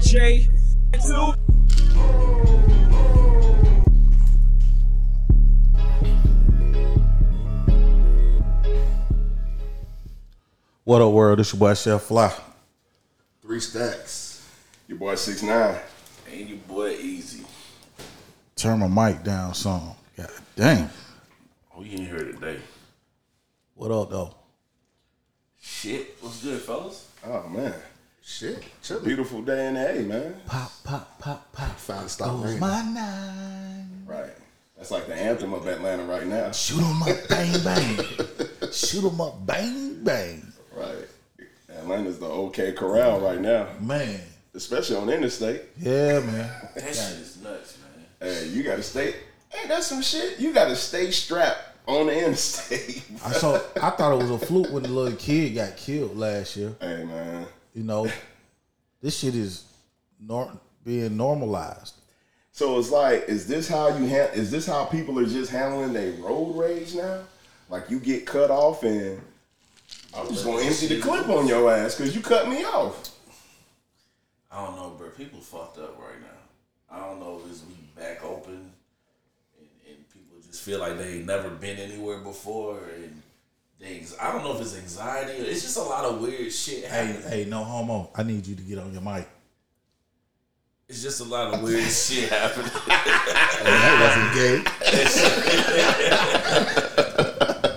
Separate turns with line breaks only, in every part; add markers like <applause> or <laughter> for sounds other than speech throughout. J. Two.
What up, world? It's your boy Chef Fly.
Three stacks. Your boy six nine.
And your boy Easy.
Turn my mic down, some. God damn.
Oh, you ain't here today.
What up, though?
Shit, what's good, fellas?
Oh man,
Shit.
chilly. Beautiful day in the A, man.
Pop, pop, pop, pop.
Finally stopped
Goes
raining.
my nine.
Right. That's like the anthem of Atlanta right now.
Shoot 'em up, bang, <laughs> bang. Shoot 'em up, bang, bang.
Right. Atlanta's the OK Corral right now,
Man.
especially on interstate.
Yeah, man.
That shit is nuts, man.
Hey, you gotta stay. Hey, that's some shit. You gotta stay strapped on the interstate.
I saw. I thought it was a fluke when the little kid got killed last year.
<laughs> hey man,
You know, this shit is nor- being normalized.
So it's like, is this how you ha- is this how people are just handling their road rage now? Like you get cut off and I'm just gonna empty the clip on your ass because you cut me off.
I don't know, bro. People fucked up right now. I don't know if it's we back open and, and people just feel like they ain't never been anywhere before and they anx- I don't know if it's anxiety or it's just a lot of weird shit
Hey,
happening.
hey, no homo. I need you to get on your mic.
It's just a lot of weird <laughs> shit
<laughs>
happening.
That wasn't gay.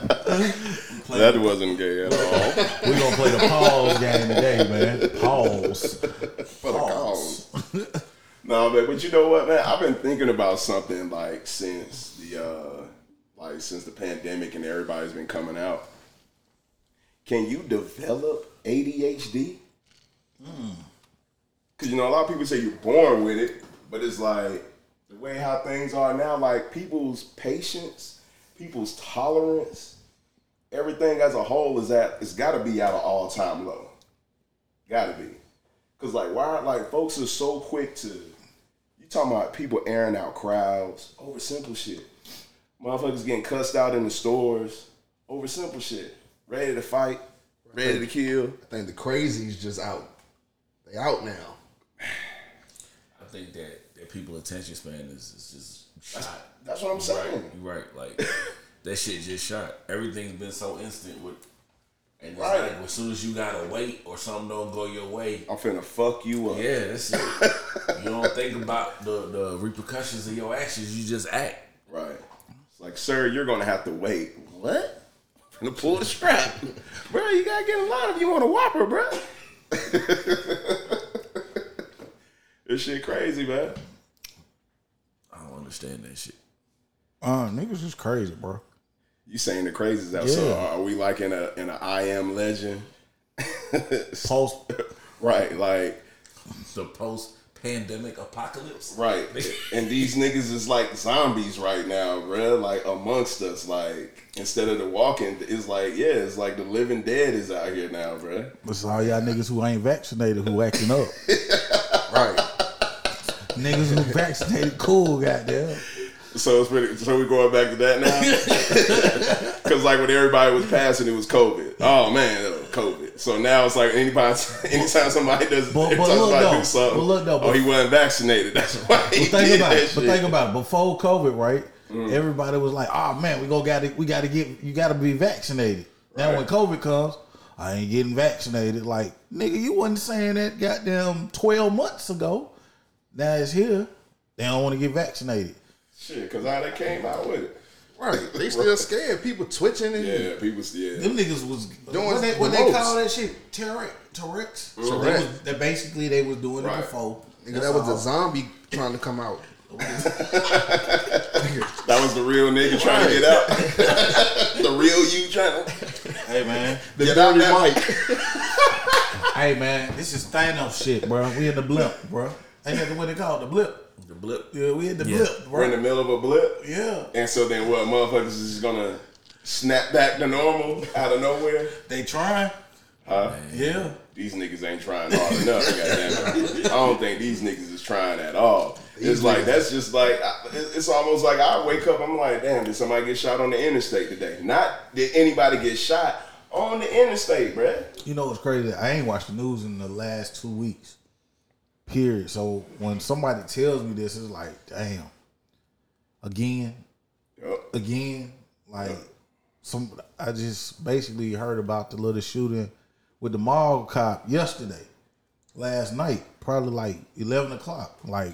That wasn't gay at all.
We're gonna play the pause game today, man. Pause.
For the cause. <laughs> no, man, but you know what, man? I've been thinking about something like since the uh like since the pandemic and everybody's been coming out. Can you develop ADHD? Cause you know, a lot of people say you're born with it, but it's like the way how things are now, like people's patience, people's tolerance, everything as a whole is at it's gotta be at an all time low. Gotta be. Cause like why like folks are so quick to you talking about people airing out crowds over simple shit. Motherfuckers getting cussed out in the stores over simple shit. Ready to fight, ready to kill.
I think the crazies just out. They out now.
I think that, that people attention span is, is just shot.
That's what I'm saying.
You right,
<laughs>
like that shit just shot. Everything's been so instant with, and it's
Right.
like as soon as you gotta wait or something don't go your
<laughs>
way,
I'm finna fuck you up.
yeah, that's it. you don't think about the the repercussions of your actions. You just act.
Right. It's like, sir, you're gonna have to wait. What? Finna pull the
<laughs>
strap. bro, you gotta get a line if you want a whopper, bro. <laughs> this shit crazy, man.
I don't understand that shit.
Uh, niggas is crazy, bro.
You saying the crazies out. So
Yeah.
are we like in a in a I am legend?
Post.
Right, like
The post pandemic apocalypse.
right. and these niggas is like zombies right now, bruh. Like amongst us, like instead of the walking, it's like yeah, it's like the living dead is out here now, bruh.
This is all y'all niggas who ain't vaccinated who acting up.
Right.
niggas who vaccinated, cool, goddamn.
So it's pretty. So we going back to that
<laughs>
now, because like when everybody was passing, it was COVID. Oh man, it was COVID. So now it's like anytime, <laughs> anytime somebody does,
But- but
anytime
look
somebody
though,
do something,
but look though,
oh
but-
he wasn't vaccinated. That's why he
But think
did
about
that
it. But
shit.
think about it. Before COVID, right? Everybody was like, "Oh man, we go got to we got to get you got to be vaccinated." Now when COVID comes, I ain't getting vaccinated. Like nigga, you wasn't saying that goddamn twelve months ago. Now it's here. They don't want to get vaccinated.
shit, because how they came out with it.
<laughs>
Right. They still scared. People twitching and
Yeah, people. Yeah,
Them niggas was doing
Doing
what they, what they
remotes.
call that shit Tourette's. Tourette's. So they
Tourette.
was, that basically they was doing
Right.
it before.
nigga,
That's
that was
all.
a zombie trying to come out.
that was the real nigga trying to get out. <laughs> the real you trying to
Hey man,
The
Get
get
out
out
now.
hey man, this is Thanos shit, bro. We in the blimp, bro. Ain't that what they call it, the blip?
The blip.
Yeah, we in the
Yeah.
blip,
We're in
bro.
the middle of a blip.
Yeah,
And so then what? Motherfuckers is just gonna snap back to normal out of nowhere.
they trying. yeah,
these niggas ain't trying hard enough. goddamn it. I don't think these niggas is trying at all. It's like that's just like I- it- it's almost like I wake up. I'm like, damn, did somebody get shot on the interstate today? Not did anybody get shot on the interstate, bruh.
you know what's crazy? I ain't watched the news in the last two weeks. Period. So when somebody tells me this, it's like, damn. Again,
Yup.
again, like some I just basically heard about the little shooting with the mall cop yesterday, last night, probably like eleven o'clock. Like,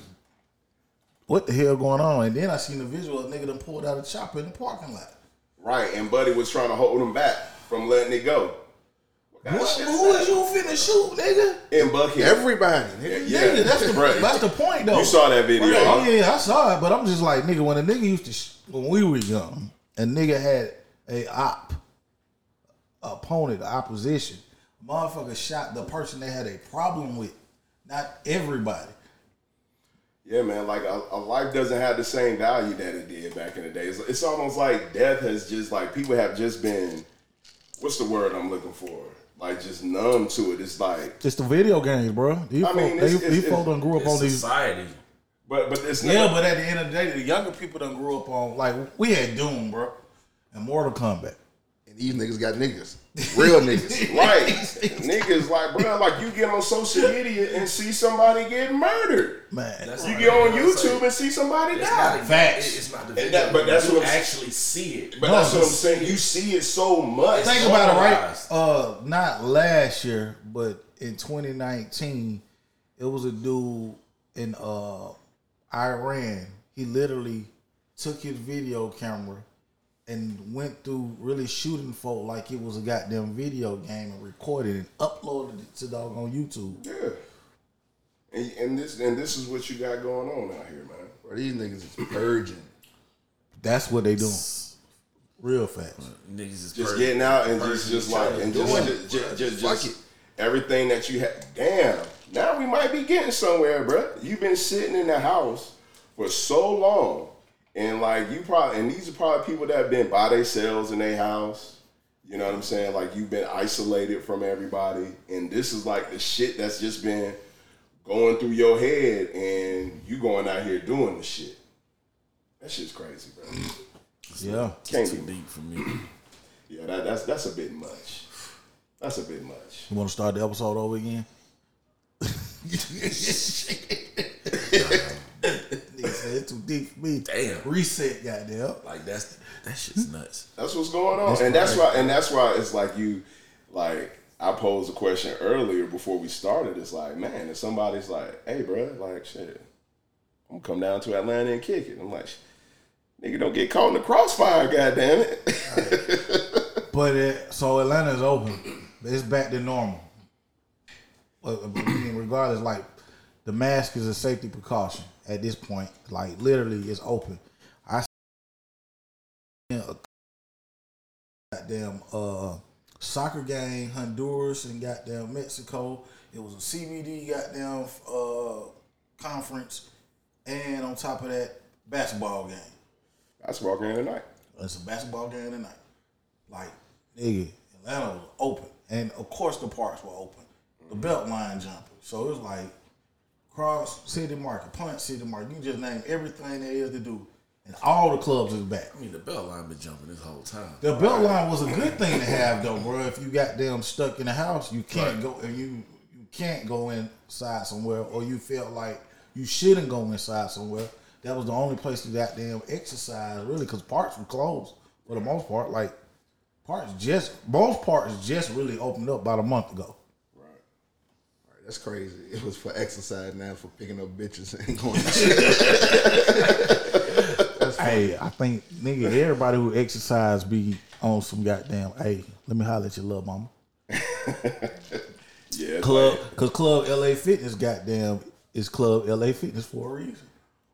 what the hell going on? And then I seen the visual of a nigga done pulled out a chopper in the parking lot.
Right, and Buddy was trying to hold him back from letting it go. kind of
What?
shit
Who is you finna shoot, nigga?
In Buckhead.
Everybody. nigga.
nigga, that's the
<laughs> right.
that's the point though.
You saw that video.
Yeah,
huh?
Oh, yeah, I saw it, but I'm just like, nigga, when a nigga used to, sh- when we were young, a nigga had a op, opponent, opposition. Motherfucker shot the person they had a problem with, not everybody.
Yeah, man. Like a, a life doesn't have the same value that it did back in the day. It's, it's almost like death has just like people have just been. What's the word I'm looking for? Like just numb to it. It's like,
It's the video games, bro. These
I
folk,
mean,
they,
it's- it's-
these folk
it's-
done grew up
It's
on these.
society.
but but it's
Yeah,
not.
but at the end of the day, the younger people done grew up on like we had Doom, bro, and Mortal Kombat.
And these niggas got niggas.
<laughs>
Real niggas.
Right, niggas like, bro, like you get on social media and see somebody get murdered.
Man,
That's
You
not
get on
even- it's
YouTube and see somebody
It's not,
die.
a-
Facts.
It's not the
And that- but that's
you
what I'm-
actually see it.
But
No,
that's what I'm
it's-
saying. You see it so much.
think about it, right?
Normalized.
Uh, not last year, but in 2019, it was a dude in uh Iran. He literally took his video camera and went through really shooting folk like it was a goddamn video game and recorded and uploaded it to dog on YouTube.
Yeah. And, and this and this is what you got going on out here, man.
Bro, these niggas is purging.
That's what they doing. Real fast.
Niggas is
Just
purging.
getting out and just just like and just
doing
just,
it,
just,
bruh.
just,
Fuck
just
it.
everything that you have. Damn. Now we might be getting somewhere, bro. You've been sitting in the house for so long, and like you probably and these are probably people that have been by themselves in their house. You know what I'm saying? Like you've been isolated from everybody, and this is like the shit that's just been going through your head, and you going out here doing the shit. That shit's crazy, bro.
Yeah.
Can't
It's too
be.
deep for me.
Yeah, that, that's that's a bit much. That's a bit much.
You want to start the episode over again? Nigga said it's too deep for me.
Damn.
Reset, goddamn.
Like that's that shit's nuts.
That's what's going on, and that's why, and that's why it's like you, like I posed a question earlier before we started. It's like, man, if somebody's like, "Hey, bro, like shit, I'm gonna come down to Atlanta and kick it," I'm like, "Nigga, don't get caught in the crossfire, goddamn <laughs> it."
But it, so Atlanta's open. It's back to normal. But, I mean, regardless, like the mask is a safety precaution at this point. Like literally, it's open. I seen a goddamn uh, soccer game, Honduras and goddamn Mexico. It was a CBD goddamn uh, conference, and on top of that, basketball game.
That's walking in tonight.
It's a basketball game tonight. Like, nigga, Atlanta was open. And of course the parks were open. The belt line jumping. So it's like Cross City Market, Punt City Market. You just name everything there is to do. And all the clubs is back.
I mean, the bell line been jumping this whole time.
The belt line was a good thing to have though, bro. If you got them stuck in the house, you can't go and you you can't go inside somewhere or you felt like you shouldn't go inside somewhere. That was the only place to goddamn exercise really because parks were closed for the most part. Like parks just most parks just really opened up about a month ago.
That's crazy. It was for exercise, now for picking up bitches and <laughs> going to shit.
Hey, I think nigga everybody who exercise be on some goddamn hey, let me holler at your little mama.
Yeah, it's
Club,
like-
cause Club LA Fitness, goddamn, is Club LA Fitness for a reason.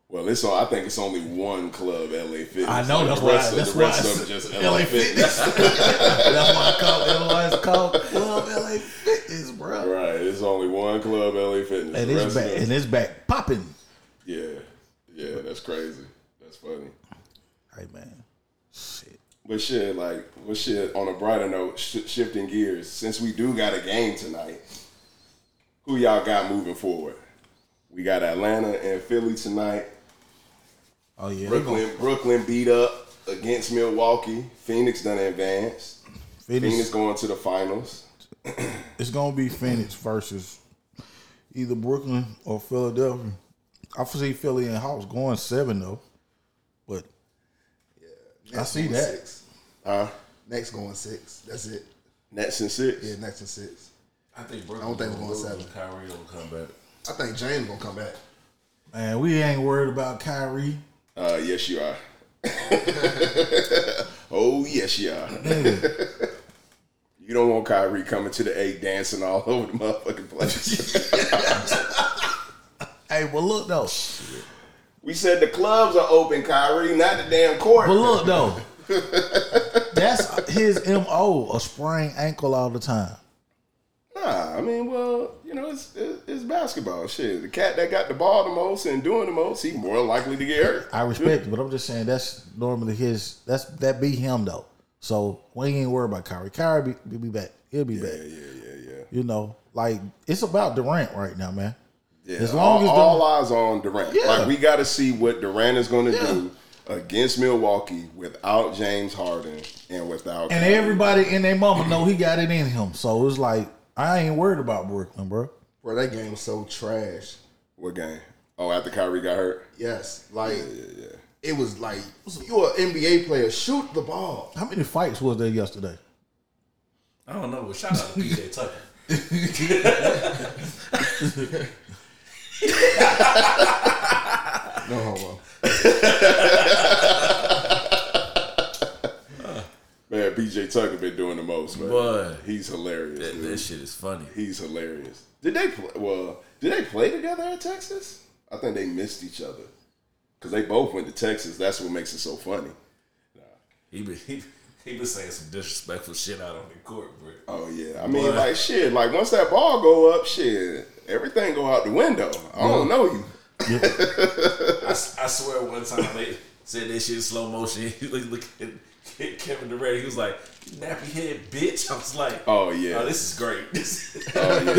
well, it's all, I think it's only one club, LA Fitness.
I know
The
that's why.
rest of-
That's
the
why.
rest of
it's
them just
LA Fitness. <laughs> that's why I call it. Why it's called Club LA Fitness, bro.
<laughs> Right, it's only one club, LA
And
Fitness. The
it's
rest of
back.
them-
And it's back popping.
Yeah, yeah, that's crazy. That's funny.
Hey man, shit.
But shit, like, well, shit. On a brighter note, sh- shifting gears. Since we do got a game tonight, who y'all got moving forward? We got Atlanta and Philly tonight.
Oh yeah, they gonna-
Brooklyn, Brooklyn beat up against Milwaukee. Phoenix done advanced. Phoenix
Phoenix.
going to the finals.
It's gonna be Phoenix versus either Brooklyn or Philadelphia. I see Philly and Hawks going seven though, but I see
going
that.
Six.
Uh,
Next going six. That's it.
Nets and six.
Yeah, next and six.
I think Brooklyn.
I don't think
will
we're going
lose
seven.
and Kyrie will come back.
I think James gonna come back.
man, we ain't worried about Kyrie.
Uh, yes, you are. <laughs> oh, yes, you are.
Nigga,
You don't want Kyrie coming to the eight dancing all <laughs> over the motherfucking place.
<laughs> hey, but look though,
we said the clubs are open, Kyrie, not the damn court.
but look
<laughs>
though, that's his mo: a sprained ankle all the time.
Nah, I mean, well, you know, it's, it's it's basketball shit. The cat that got the ball the most and doing the most, he more likely to get hurt.
I respect it, but I'm just saying that's normally his. That's that be him though. So we ain't worried about Kyrie. Kyrie be, he'll be back. He'll be back.
Yeah, yeah, yeah, yeah.
You know, like it's about Durant right now, man.
Yeah,
As long
all,
as
all eyes on Durant.
Yeah.
Like we got to see what Durant is going to
Yeah.
do against Milwaukee without James Harden and without
And
Kyrie.
everybody in their mama know he got it in him. So it's like I ain't worried about Brooklyn, bro.
Bro, that game was so trash.
what game? Oh, after Kyrie got hurt.
Yes, like it was like you an NBA player, shoot the ball.
How many fights was there yesterday?
I don't know, but shout out to PJ Tucker.
No homo.
Man, PJ Tucker been doing the most, man.
Boy.
He's hilarious.
<laughs> That,
dude.
that shit is funny.
He's hilarious. Did they play? Well, did they play together at Texas? I think they missed each other because they both went to Texas. That's what makes it so funny.
He been he, he been saying some disrespectful shit out on the court, bro.
Oh yeah, I mean,
Boy.
like shit. Like once that ball go up, shit, everything go out the window. I don't know you.
I, s- I swear one time they said that shit in slow motion. <laughs> He look, look at at Kevin Durant. He was like, "You "Nappy head bitch." I was like,
Oh yeah,
"Oh, this is great." <laughs> This is-
oh,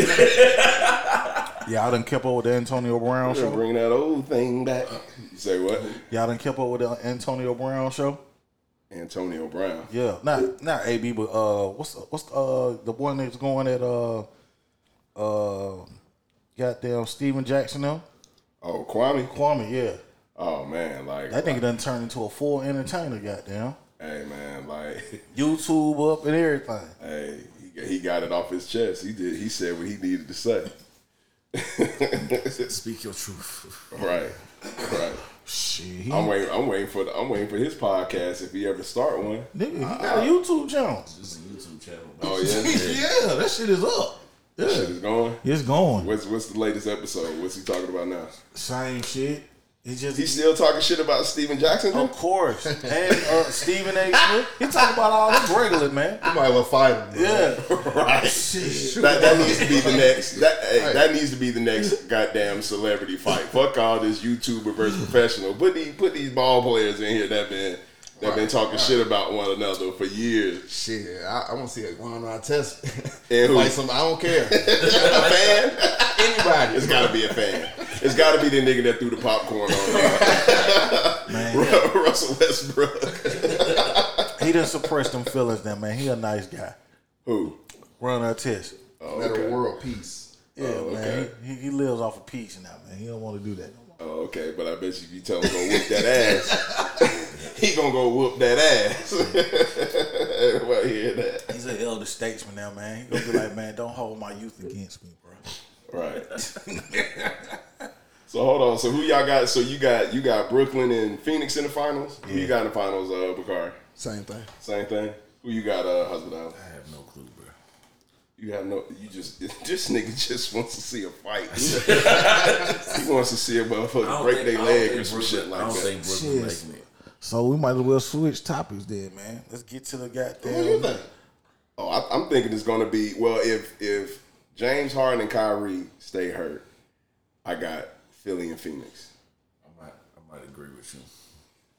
yeah.
Y'all done kept up with the Antonio Brown
Should
show.
bring that old thing back. You say what?
Y'all done kept up with the Antonio Brown show.
Antonio Brown.
Yeah, not not AB, but uh, what's what's uh the one that's going at uh uh goddamn Steven Jackson now?
Oh Kwame.
Kwame, yeah,
Oh man, like
that nigga done turned into a full entertainer. Goddamn,
hey man, like <laughs>
YouTube up and everything.
hey, he, he got it off his chest. He did. He said what he needed to say.
Speak your truth.
Right, right.
Shit, he,
I'm
nigga,
waiting. I'm waiting for. The, I'm waiting for his podcast if he ever start one.
he got a YouTube channel.
This is a YouTube channel.
Oh
Oh,
yeah, <laughs> yeah.
yeah, that shit is up. Yeah,
shit is going.
it's going.
What's What's the latest episode? What's he talking about now?
Same shit. It's just
He's still talking shit about Steven Jackson.
of course. and uh, Stephen A. Smith, he talk about all this regular man.
You might well fight him. Bro.
Yeah,
<laughs> right.
shit.
That, that needs to be the next. That hey,
Right.
that needs to be the next goddamn celebrity fight. Fuck all this YouTuber versus professional. Put these put these ball players in here that been that been talking shit about one another for years.
Shit, I, I want to see a one on test.
And who?
like some, I don't care.
fan.
Anybody.
It's gotta be a fan. It's gotta be the nigga that threw the popcorn on uh,
man.
<laughs> Russell Westbrook. <laughs>
He done suppressed them feelings. Now, man, he a nice guy.
Who?
Run our test.
Oh,
Better
okay.
world peace.
Yeah,
Oh,
man.
okay.
He, he lives off of peace now, man. He don't want to do that no more.
Oh, okay. But I bet you if you tell him go whoop that ass, <laughs> he gonna go whoop that ass. <laughs> Everybody hear that?
He's an elder statesman now, man. He gonna be like, man, don't hold my youth against me, bro.
Right. so hold on. So who y'all got? So you got you got Brooklyn and Phoenix in the finals. Who you got in the finals? Uh, Bakar.
Same thing.
Same thing. Who you got? Uh, husband. Al?
I have no clue, bro.
You have no. You just <laughs> this nigga just wants to see
<laughs>
a fight. he wants to see a motherfucker break their leg or some shit
I
like
don't
that.
think Brooklyn
Shit.
making it.
So we might as well switch topics then, man. Let's get to the goddamn.
What do you think?
Oh, I, I'm thinking it's going to be well if if James Harden and Kyrie stay hurt, I got Philly and Phoenix.
I might, I might agree with you.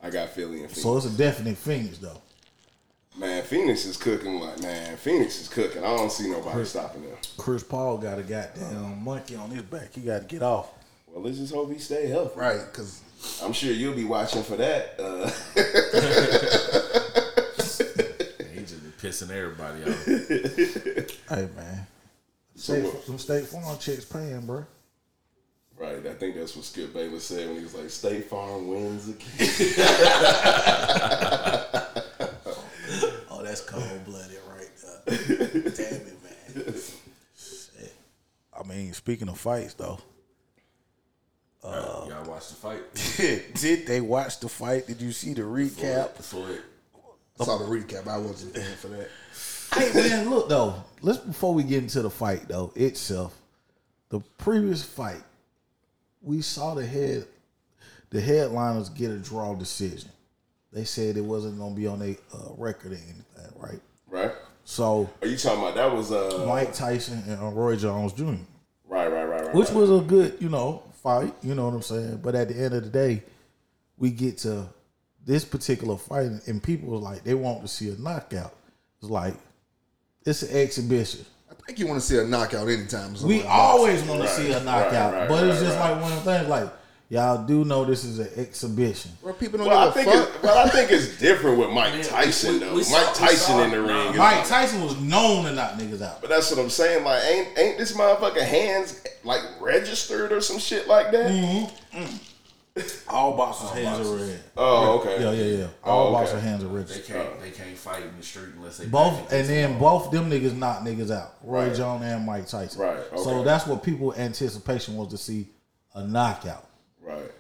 I got Philly and Phoenix.
So it's a definite finish, though.
man, Phoenix is cooking like man. Phoenix is cooking. I don't see nobody stopping them.
Chris Paul got a goddamn monkey on his back. He got to get off.
Well, let's just hope he stay healthy.
Right, because
I'm sure you'll be watching for that. Uh, <laughs>
He just be pissing everybody off.
Hey, man.
So
State,
what?
some state farm checks paying, bro.
right. I think that's what Skip Bayless said when he was like, State Farm wins again. <laughs>
Oh, that's cold blooded right <laughs> there. Damn it, man. Shit. I mean, speaking of fights though,
Y'all watch the fight
did they watch the fight? Did you see the recap?
before it.
I saw the recap. I wasn't there for that.
hey man, look though. Let's before we get into the fight though itself, the previous fight, we saw the head, the headliners get a draw decision. They said it wasn't gonna be on their uh, record or anything, right?
Right?
So
Are you talking about that was uh
Mike Tyson and uh, Roy Jones Jr.,
right, right, right, right.
which
right.
was a good, you know, fight. You know what I'm saying? But at the end of the day, we get to this particular fight, and people was like they want to see a knockout. It's like it's an exhibition.
I think you want to see a knockout anytime. soon
We
in boxing.
always want to see a
Right,
knockout,
right, right,
but it's
right,
just
right.
like one of the things. Like y'all do know this is an exhibition.
Bro, people don't
well, I
give
think
a fuck.
it, well, I think it's different with Mike
Man,
Tyson
we-
though.
we
Mike
saw- we
Tyson
saw-
in the
nah.
ring. is-
Mike Tyson was known to knock niggas out.
But that's what I'm saying. Like, ain't ain't this motherfucker hands like registered or some shit like that?
Mm-hmm. All boxers' hands are red.
Oh, okay.
Yeah, yeah, yeah. All
Oh, okay.
boxers' hands are red.
They can't. They can't fight in the street unless they
Both and then both them niggas knocked niggas out. Roy
Right.
Jones and Mike Tyson.
Right,
So
okay.
that's what people anticipation was to see a knockout.
Right.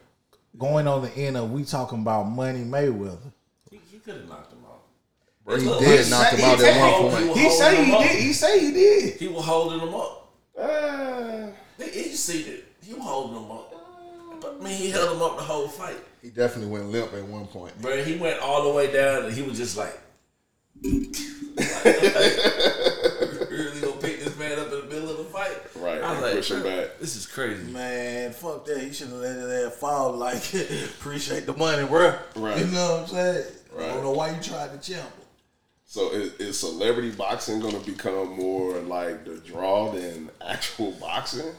Going on the end of we talking about Money Mayweather.
He, he could have knocked him out.
He
Look,
did
he
knock
said-
him out
he
at
said-
one point.
He was holding him up.
say he did.
He was holding him up.
Uh,
He, he see that. He was holding him up. But I mean, he held him up the whole fight.
He definitely went limp at one point.
But he went all the way down, and he was just like, <laughs> really gonna pick this man up in the middle of the fight?
Right,
I was
and
like,
push him
"Bro,
back."
This is crazy.
Man, fuck that. He should have let that fall. Like, <laughs> appreciate the money, bro.
Right.
You know what I'm saying? I
Right.
don't know why you tried to champ. him.
so is, is celebrity boxing gonna become more like the draw than actual boxing?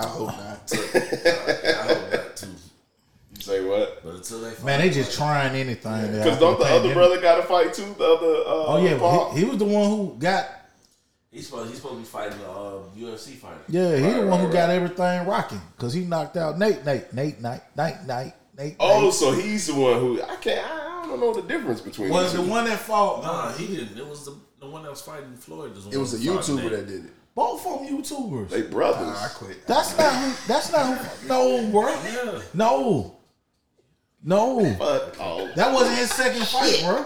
I hope not.
I hope not too.
You say what?
But until they
Man, they just trying anything. there
Because
after
don't the other
pandemic.
brother got to fight too? The other uh,
Oh yeah,
Paul?
but he, he was the one who got.
he's supposed he's supposed to be fighting a uh, UFC fighter.
Yeah, he the
Right,
one who
right,
got
right.
everything rocking because he knocked out Nate, Nate, Nate, Nate, Nate, Nate, Nate.
oh,
Nate.
so he's the one who I can't. I, I don't know the difference between.
was
the
the
two.
one that fought.
Nah, he didn't. It was the, the one that was fighting Floyd. was the
It
one
was a
who fought
YouTuber
Nate.
that did it.
Both of them YouTubers.
They brothers.
I quit.
That's not who. That's not who. No, bro.
Yeah.
No. No.
Fuck all.
That wasn't his second fight, bro.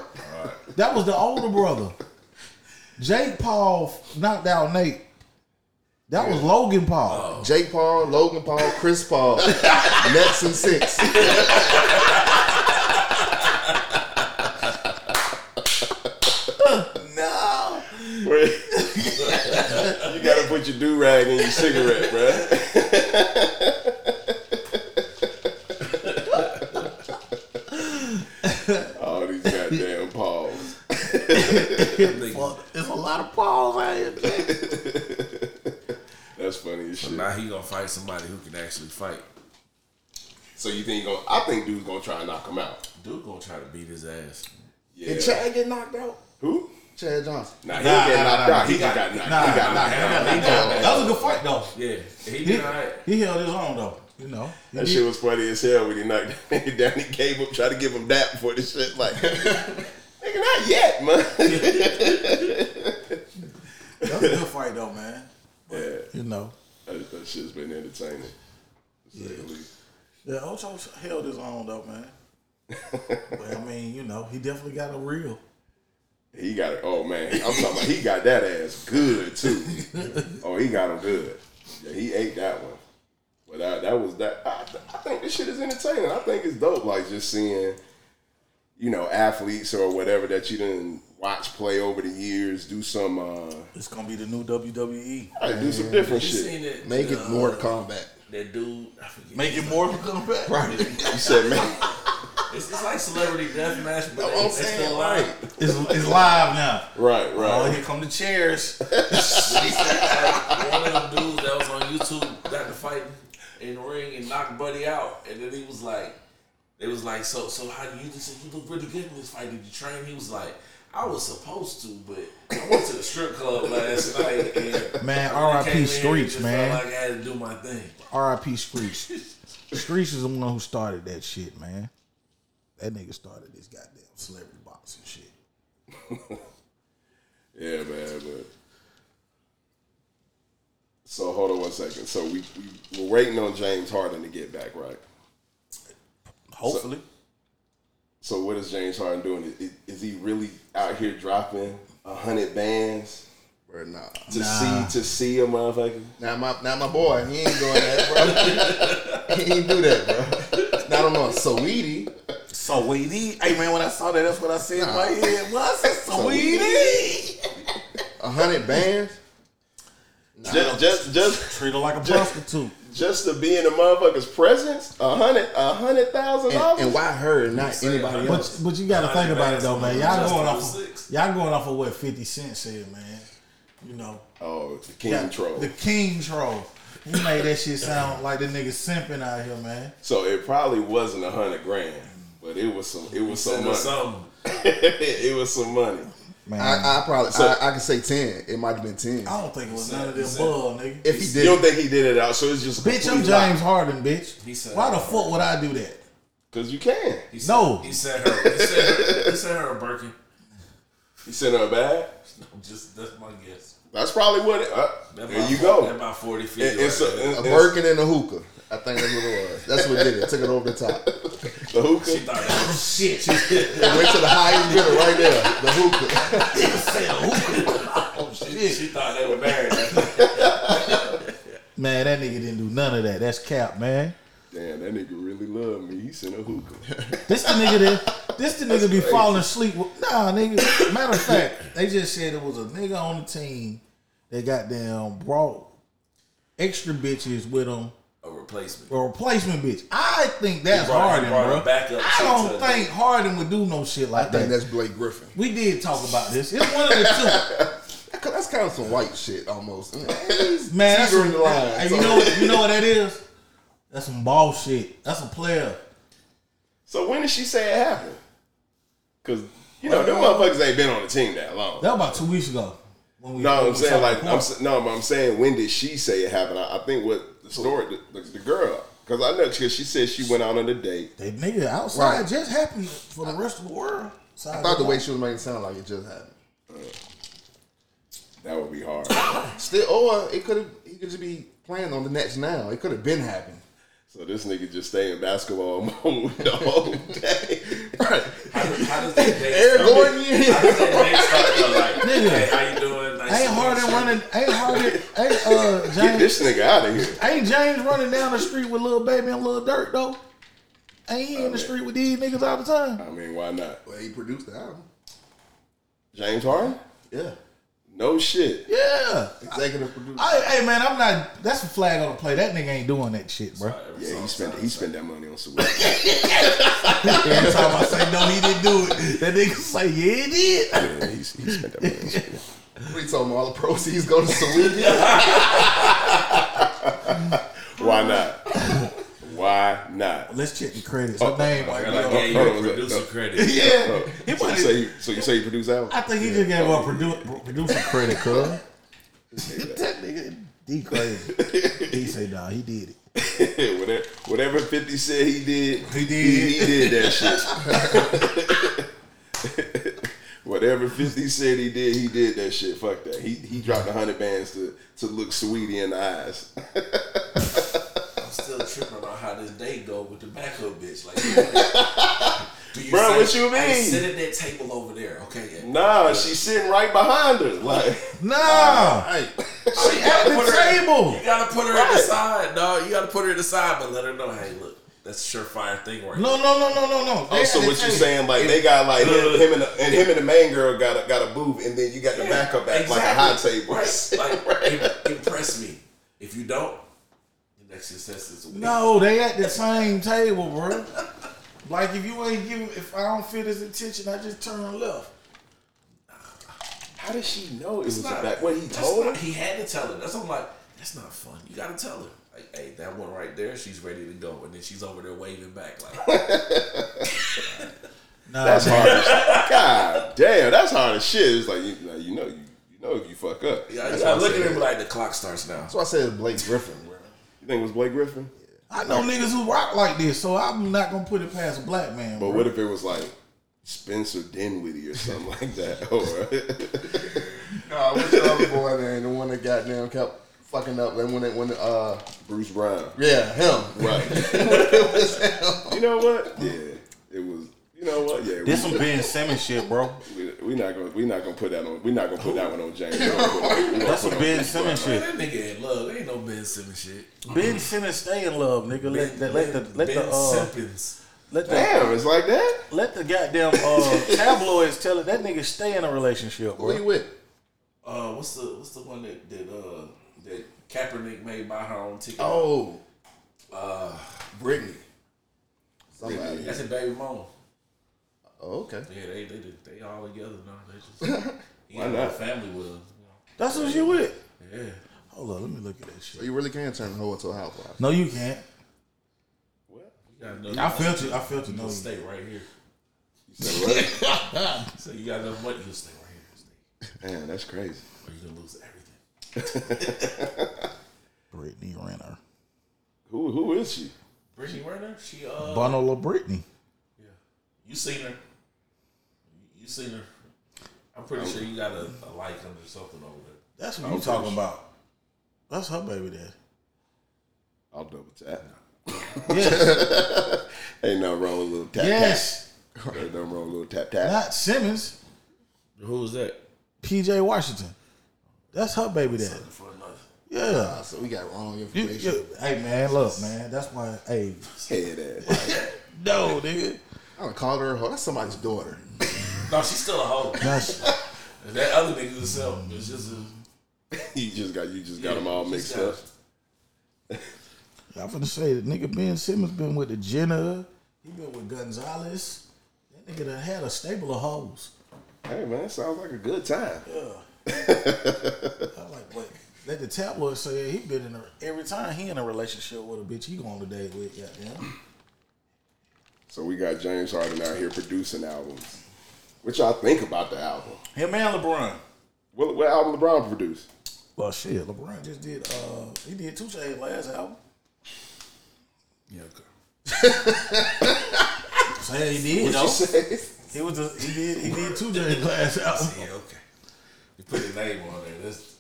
That was the older brother. Jake Paul knocked out Nate. That was Logan Paul.
Jake Paul, Logan Paul, Chris Paul,
<laughs>
next and six. <laughs>
No.
you gotta put your do rag in your cigarette, bruh. <laughs> All these goddamn paws.
Fuck, There's a lot of Pauls out here. man.
That's funny as shit.
Now he gonna fight somebody who can actually fight.
So you think you gonna? I think dude's gonna try and knock him out.
Dude gonna try to beat his ass.
Yeah.
Did Chad get knocked out?
Who?
Chad Johnson.
Nah, he
Nah,
didn't get
nah,
knocked
nah,
out.
he
He just
got-
got knocked.
nah,
He got
nah,
knocked
nah,
out.
nah,
He
nah,
got knocked
That
out.
was a good fight though.
Yeah, he
He,
did all right.
he held his own though. You know. He
That
did-
shit was funny as hell when he knocked <laughs> that nigga down. He gave up, tried to give him that before the shit. Like, <laughs> nigga, not yet, man. <laughs>
That was a good fight though, man.
yeah.
You know.
That, that shit's been entertaining. to say the least.
Yeah, Ocho held his own though, man. but I mean, you know, he definitely got a real.
He got it. Oh man, I'm talking about he got that ass good too. oh, he got him good. Yeah, he ate that one. But I, that was that. I, I think this shit is entertaining. I think it's dope. Like just seeing, you know, athletes or whatever that you didn't watch play over the years do some, uh,
It's gonna be the new E. WWE.
like, do some different
You
shit.
seen that?
Make
uh,
it more combat.
That dude. I forget.
Make it more of a comeback.
Right.
You said, man,
It's, it's like celebrity deathmatch, but
I'm
it's they
saying,
still like
It's, it's live now.
right,
Oh,
right.
here come the chairs.
<laughs>
one of them dudes that was on YouTube got to fight in the ring and knocked Buddy out, and then he was like, "They was like, so so how do you?" They said, "You look really good in this fight. Did you train?" He was like, I was supposed to, but I went to the strip club last night. And
Man,
when I
R.I.P.
came in, it
Screech,
just
man.
Felt like I had to do my thing.
R.I.P. Screech. Screech is the one who started that shit, man. That nigga started this goddamn celebrity boxing shit.
Yeah, man. But so hold on one second. So we, we we're waiting on James Harden to get back, right?
Hopefully.
So what is James Harden doing? Is, is he really out here dropping a hundred bands
Bro, nah.
to see to see a motherfucker?
Now my now my boy, he ain't doing that, <laughs> bro. he ain't do that, bro. Not on no Saweetie.
So we need. Hey man, when I saw that, that's what I said in my head. What I said, so we need.
A hundred bands.
Just just just
Treat her like a prostitute.
just to be in the motherfucker's presence, a hundred a hundred thousand
And, and
dollars.
why her and not anybody
But-
else?
<laughs> But, but you gotta
Nah,
think
you
about it
asked
though,
me.
man. Y'all
Just
going
on
off
six.
y'all going off of what Fifty Cent said, man. You know,
Oh, the king
yeah,
troll.
the King Troll. He made that shit sound like the nigga simping out here, man.
so it probably wasn't a hundred grand, but it was some it was some
Send her
money.
something.
<laughs> it was some money.
Man, I,
I, I probably I, I can say ten. It might have been ten.
don't think it was
He
none of them
said-
bug, nigga.
If he
You don't
did,
think he did it out? So it's just a
bitch, I'm
complete
James
lie.
Harden, bitch.
He said-
Why the fuck would I do that?
Cause you can.
He sent-
No.
he sent her. He sent her, he sent her a Birkin.
You sent her a bag.
I'm just that's my guess.
That's probably what. It, uh,
That
there
about
you
four-
go.
That about forty feet.
It- it's
right
a-
there.
a
it's-
Birkin and a hookah. I think that's what it was. That's what did it. Took it over the top. It
the
she
hookah.
thought oh, that was
Shit, she said,
went to the highest bidder right there. The hookah.
oh
she
shit.
thought they were married.
<laughs> Man, that nigga didn't do none of that. That's cap, man.
Damn, that nigga really loved me. He sent a hookah.
<laughs> This the nigga that this the nigga be falling asleep with nah nigga. Matter of fact, they just said it was a nigga on the team that got down brought extra bitches with him
a replacement.
or replacement bitch. I think that's
He brought- he
Harden,
brought
bro.
a backup
I
shit
don't
to the-
think Harden would do no shit like
I think
that.
that's Blake Griffin.
We did talk about this. It's one of the
That- That's kind of some white shit almost. He's
two. Man, that's
teetering
some,
the line.
and
so-
you know what you know what that is? That's some ball shit. That's a player.
so when did she say it happened? Cause you know them motherfuckers ain't been on the team that long.
That was about two weeks ago. When we,
No,
when
I'm
we
saying
talked
like
before.
I'm s- no, but I'm saying when did she say it happened? I, I think what the story, the, the, the girl, because I know because she said she went out on a date.
They nigga outside
Right.
just happy for the rest of the world.
I thought the way she was making it sound like it just happened.
That would be
<laughs>
hard.
Still, or it could have. He could just be playing on the Nets now. It could have been happening.
so this nigga just stay in basketball <laughs> mode the whole day.
Right.
How does, how does that date
Eric
start?
Gordon, yeah.
How does that date start? though? Like,
<laughs> Nigga.
hey, how you doing? Nice to
ain't
meet
Harden
you.
running. Ain't
<laughs>
Harden. ain't uh
<laughs>
James.
Get this nigga out of here.
Ain't James running down the street with little baby and little dirt though. Ain't he in the street with these niggas all the time?
I mean, why not?
Well, he produced the album.
James Harden?
Yeah.
No shit.
Yeah.
Executive producer.
I, hey man, I'm not. That's a flag on the play. That nigga ain't doing that shit, bro.
Yeah, he spent he spent that money
<laughs>
on Sweet.
Every time I say no, he didn't do it. That nigga say yeah, he did.
yeah, he, he spent that money on Sweet.
We told him all the proceeds go to <laughs> Saweetie.
Why not? Why not?
Let's check the credits. Her name might
They're
be
like,
on-
yeah,
Hold on,
you
hold on,
producer
hold
<laughs>
on.
credit.
Yeah.
Oh,
He
so, you
might.
say you, so you say you produce albums?
I think he just gave up produ- producer credit, cuz. that nigga, he crazy. he said, nah, he did it.
whatever, whatever 50 said he did,
He did
He, he did that shit. <laughs> whatever 50 said he did, he did that shit. Fuck that. He he dropped 100 bands to, to look Sweetie in the eyes.
I'm still tripping on how this date go with the backup bitch.
<laughs>
Like, do you
Bro, what you
"Hey,
mean?
sit at that table over there, okay? And
nah, she's sitting right behind her. Like,
Nah,
Hey,
she at the
put her at-
table.
You gotta put her at the side, dog. You gotta put her at the side, but let her know, hey, look, that's a surefire thing right
No, no, no, no, no, no.
oh, so what you saying? Like they got like him, him and, the, and him and the main girl got a, got a booth, and then you got the backup act like a hot table. <laughs>
Right. Like, im- impress me. If you don't, the next success is a win.
No, they at the same table, bro. Like if you ain't give, if I don't feel his attention, I just turn left.
How did she know it was
That's
a
not-
back? What he
that's
told
not- <laughs>
her?
He had to tell her. That's what I'm like. That's not fun. You gotta tell her. Like, hey, that one right there, she's ready to go, and then she's over there waving back like,
Nah,
That's
man.
hard. as, God damn, that's hard as shit. It's like you, like, you know, you, you know if you fuck up.
Yeah,
That's
I
what I'm
look at
saying.
him like the clock starts now.
That's why I said Blake Griffin, bro.
You think it was Blake Griffin?
I know niggas who rock like this, so I'm not gonna put it past a black man.
But
bro.
what if it was like Spencer Dinwiddie or something <laughs> like that? Or
No, what's the other boy name? The one that goddamn kept fucking up. And when it, when uh,
Bruce Brown.
yeah, him.
<laughs>
<laughs> Right.
it was him.
You know what? Yeah. It was you know what? Yeah.
This some Ben Simmons shit, bro.
we, we not gonna we not gonna put that on we not gonna put that one
<laughs>
on James. We're gonna put it- we're gonna
That's some
put it on
Ben
Bruce
Simmons
Brown.
shit.
That nigga in love. Ain't no Ben Simmons shit.
Ben Simmons stay in love, nigga. Let,
Ben,
the let the let
ben
the uh,
Simmons.
let the
Damn, it's like that?
let the goddamn uh, tabloids tell it that nigga stay in a relationship,
Who
bro.
you with?
Uh, what's the what's the one that that uh that Kaepernick made by her own ticket?
Oh, uh, Brittany. Somebody.
that's a baby mom.
Oh, okay.
Yeah, they they do- they all together now. They just he got a
not?
family with him.
That's what you with.
you know. Yeah.
Hold on, let me look at that
So
shit.
you really can turn a hoe into a housewife.
No, you can't.
You gotta know-
I felt you. I felt you. No,
You'll stay right here.
Is that
<laughs>
right?
So you got enough money, you'll stay right here. You'll stay.
Damn, that's crazy.
Or you're gonna lose everything.
Brittany Renner.
Who who is she?
Brittany Renner, she uh,
Bundle of Brittany.
yeah. you seen her. You seen her. I'm pretty sure you got a, a like under something over there.
That's what you
Okay.
talking about. That's her baby daddy.
I'll double tap.
Yes,
<laughs> Ain't nothing wrong with a little tap
yes.
tap. Ain't nothing wrong with a little tap tap.
Not Simmons.
Who was that?
PJ Washington. That's her baby daddy.
For nothing.
Yeah.
So we got wrong
You-
information.
you- hey man, look, man. That's why. Hey,
Head ass.
no, nigga.
I done called her a hoe. That's somebody's daughter.
No, she's still a hoe.
<laughs> That's
that other nigga himself is just a.
you just got you just got them all
just
mixed
got-
up.
I'm finna say that nigga Ben Simmons been with the Jenner. He been with Gonzalez. That nigga done had a stable of hoes.
Hey man, that sounds like a good time.
I'm like, wait. Let the tabloid say he been in a, every time he in a relationship with a bitch he go on a date with. Goddamn.
So we got James Harden out here producing albums. What y'all think about the album?
Him and LeBron.
What, what album LeBron produced?
Well, shit, LeBron just did. uh He did two chains last album.
Yeah,
<laughs>
okay.
Say he did
What you
though.
say? <laughs>
He was. A, he did. He did two chains last album.
Yeah, okay. You put his name on there. That's,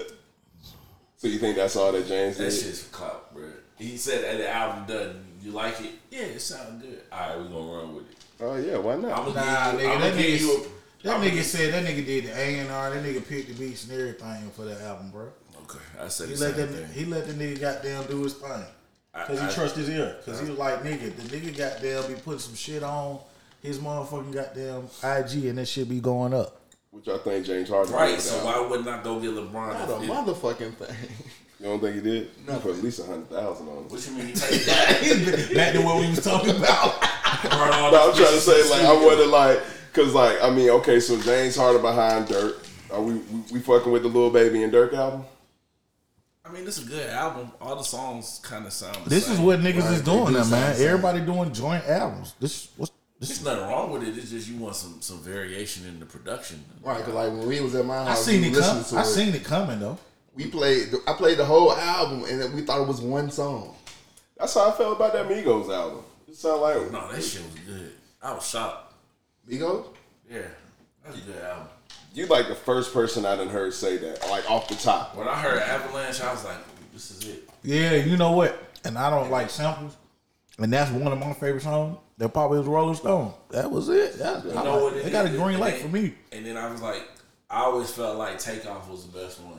So you think that's all that James
that
did?
shit's for clout, bro. He said that the album done. You like it? Yeah, it sounded good. All right, we're gonna run with it.
Oh yeah, why not?
I'm gonna
Nah,
give you,
nigga,
I'm
that
gonna give you
nigga,
a,
that nigga said that nigga did the A and R. That nigga picked the beats and everything for that album, bro.
Okay, I said
He
the
let
same
that
thing.
he let the nigga goddamn do his thing
I-
because he
I-
trust his ear. Because he was like, nigga, the nigga goddamn be putting some shit on his motherfucking goddamn IG, and that shit be going up.
What y'all think James Harden did
Right,
with the
so
album?
why wouldn't I go get LeBron?
Not
if
a
it-
motherfucking thing.
You don't think he did? No. He put at least a hundred thousand on it.
What you mean he paid that?
<laughs> Back to what we was talking about.
Burn all
No, I'm
these
trying to say
bitches
like
in
I
the studio?
wasn't like because like I mean okay, so James Harden behind Dirk. Are we we, we fucking with the Lil Baby and Dirk album?
I mean, this is a good album. All the songs kind of sound. The
This
same.
is what niggas
Right,
is
they
doing
do
now, man.
sound the same.
Everybody doing joint albums. This what's this.
There's nothing wrong with it. It's just you want some some variation in the production.
Right, because like when we was at my
I
house,
seen
we
it.
listened
Com- I seen it coming though.
We played. I played the whole album, and then we thought it was one song.
That's how I felt about that Migos album. It sound like
No, that shit was good. I was shocked.
Migos.
Yeah, that's a good album.
you like the first person I done heard say that like off the top.
When I heard Avalanche, I was like, this is it.
Yeah, you know what? And I don't like samples. And that's one of my favorite songs. That probably was Rolling Stone. That was it. That, I
You know
like-
what?
they
it
got a
is.
green
And
light
then-
for me.
And then I was like, I always felt like Takeoff was the best one.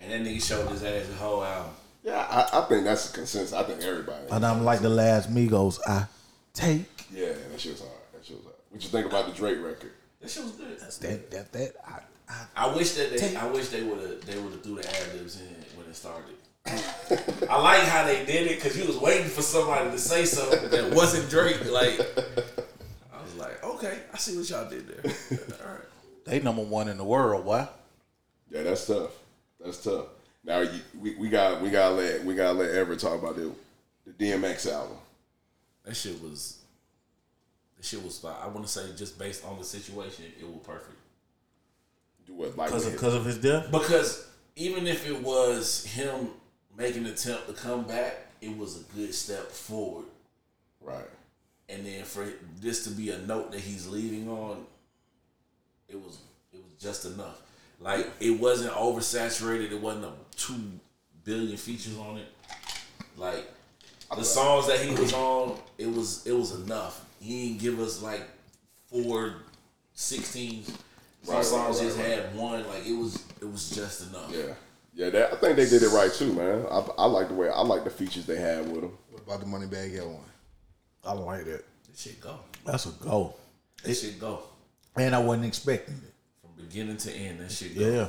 And that nigga showed his ass the whole album.
Yeah, I, I think that's a consensus. I think everybody.
And I'm like the last Migos I take.
Yeah, that shit was hard. That shit was hard. What you think about the Drake record?
That shit was good.
That that that I, I,
I wish that they, I wish they would have, they would have threw the ad libs in when
<laughs>
it started. I like how they did it because you was waiting for somebody to say something that wasn't Drake. Like, I was like, okay, I see what y'all did
<laughs>
there. All right.
they number one in the world, why?
Yeah, that's tough. That's tough. Now you, we we got we got to let we got to let Everett talk about the the DMX album.
That shit was. That shit was like I want to say just based on the situation, it was perfect.
Do what? Like
because
with
of, 'cause of his death.
Because even if it was him making an attempt to come back, it was a good step forward.
right.
And then for this to be a note that he's leaving on, it was it was just enough. Like it wasn't oversaturated. It wasn't a two billion features on it. Like the songs that he was on, it was it was enough. He didn't give us like four, sixteen. Some
Right, right,
songs
right,
just
right.
had one. Like it was it was just enough.
Yeah. Yeah, that, I think they did it right too, man. I, I like the way I like the features they had with them.
What about the money bag at one?
I like that.
That shit go.
That's a goal,
That shit go.
and I wasn't expecting it.
From beginning to end, that shit go.
Yeah,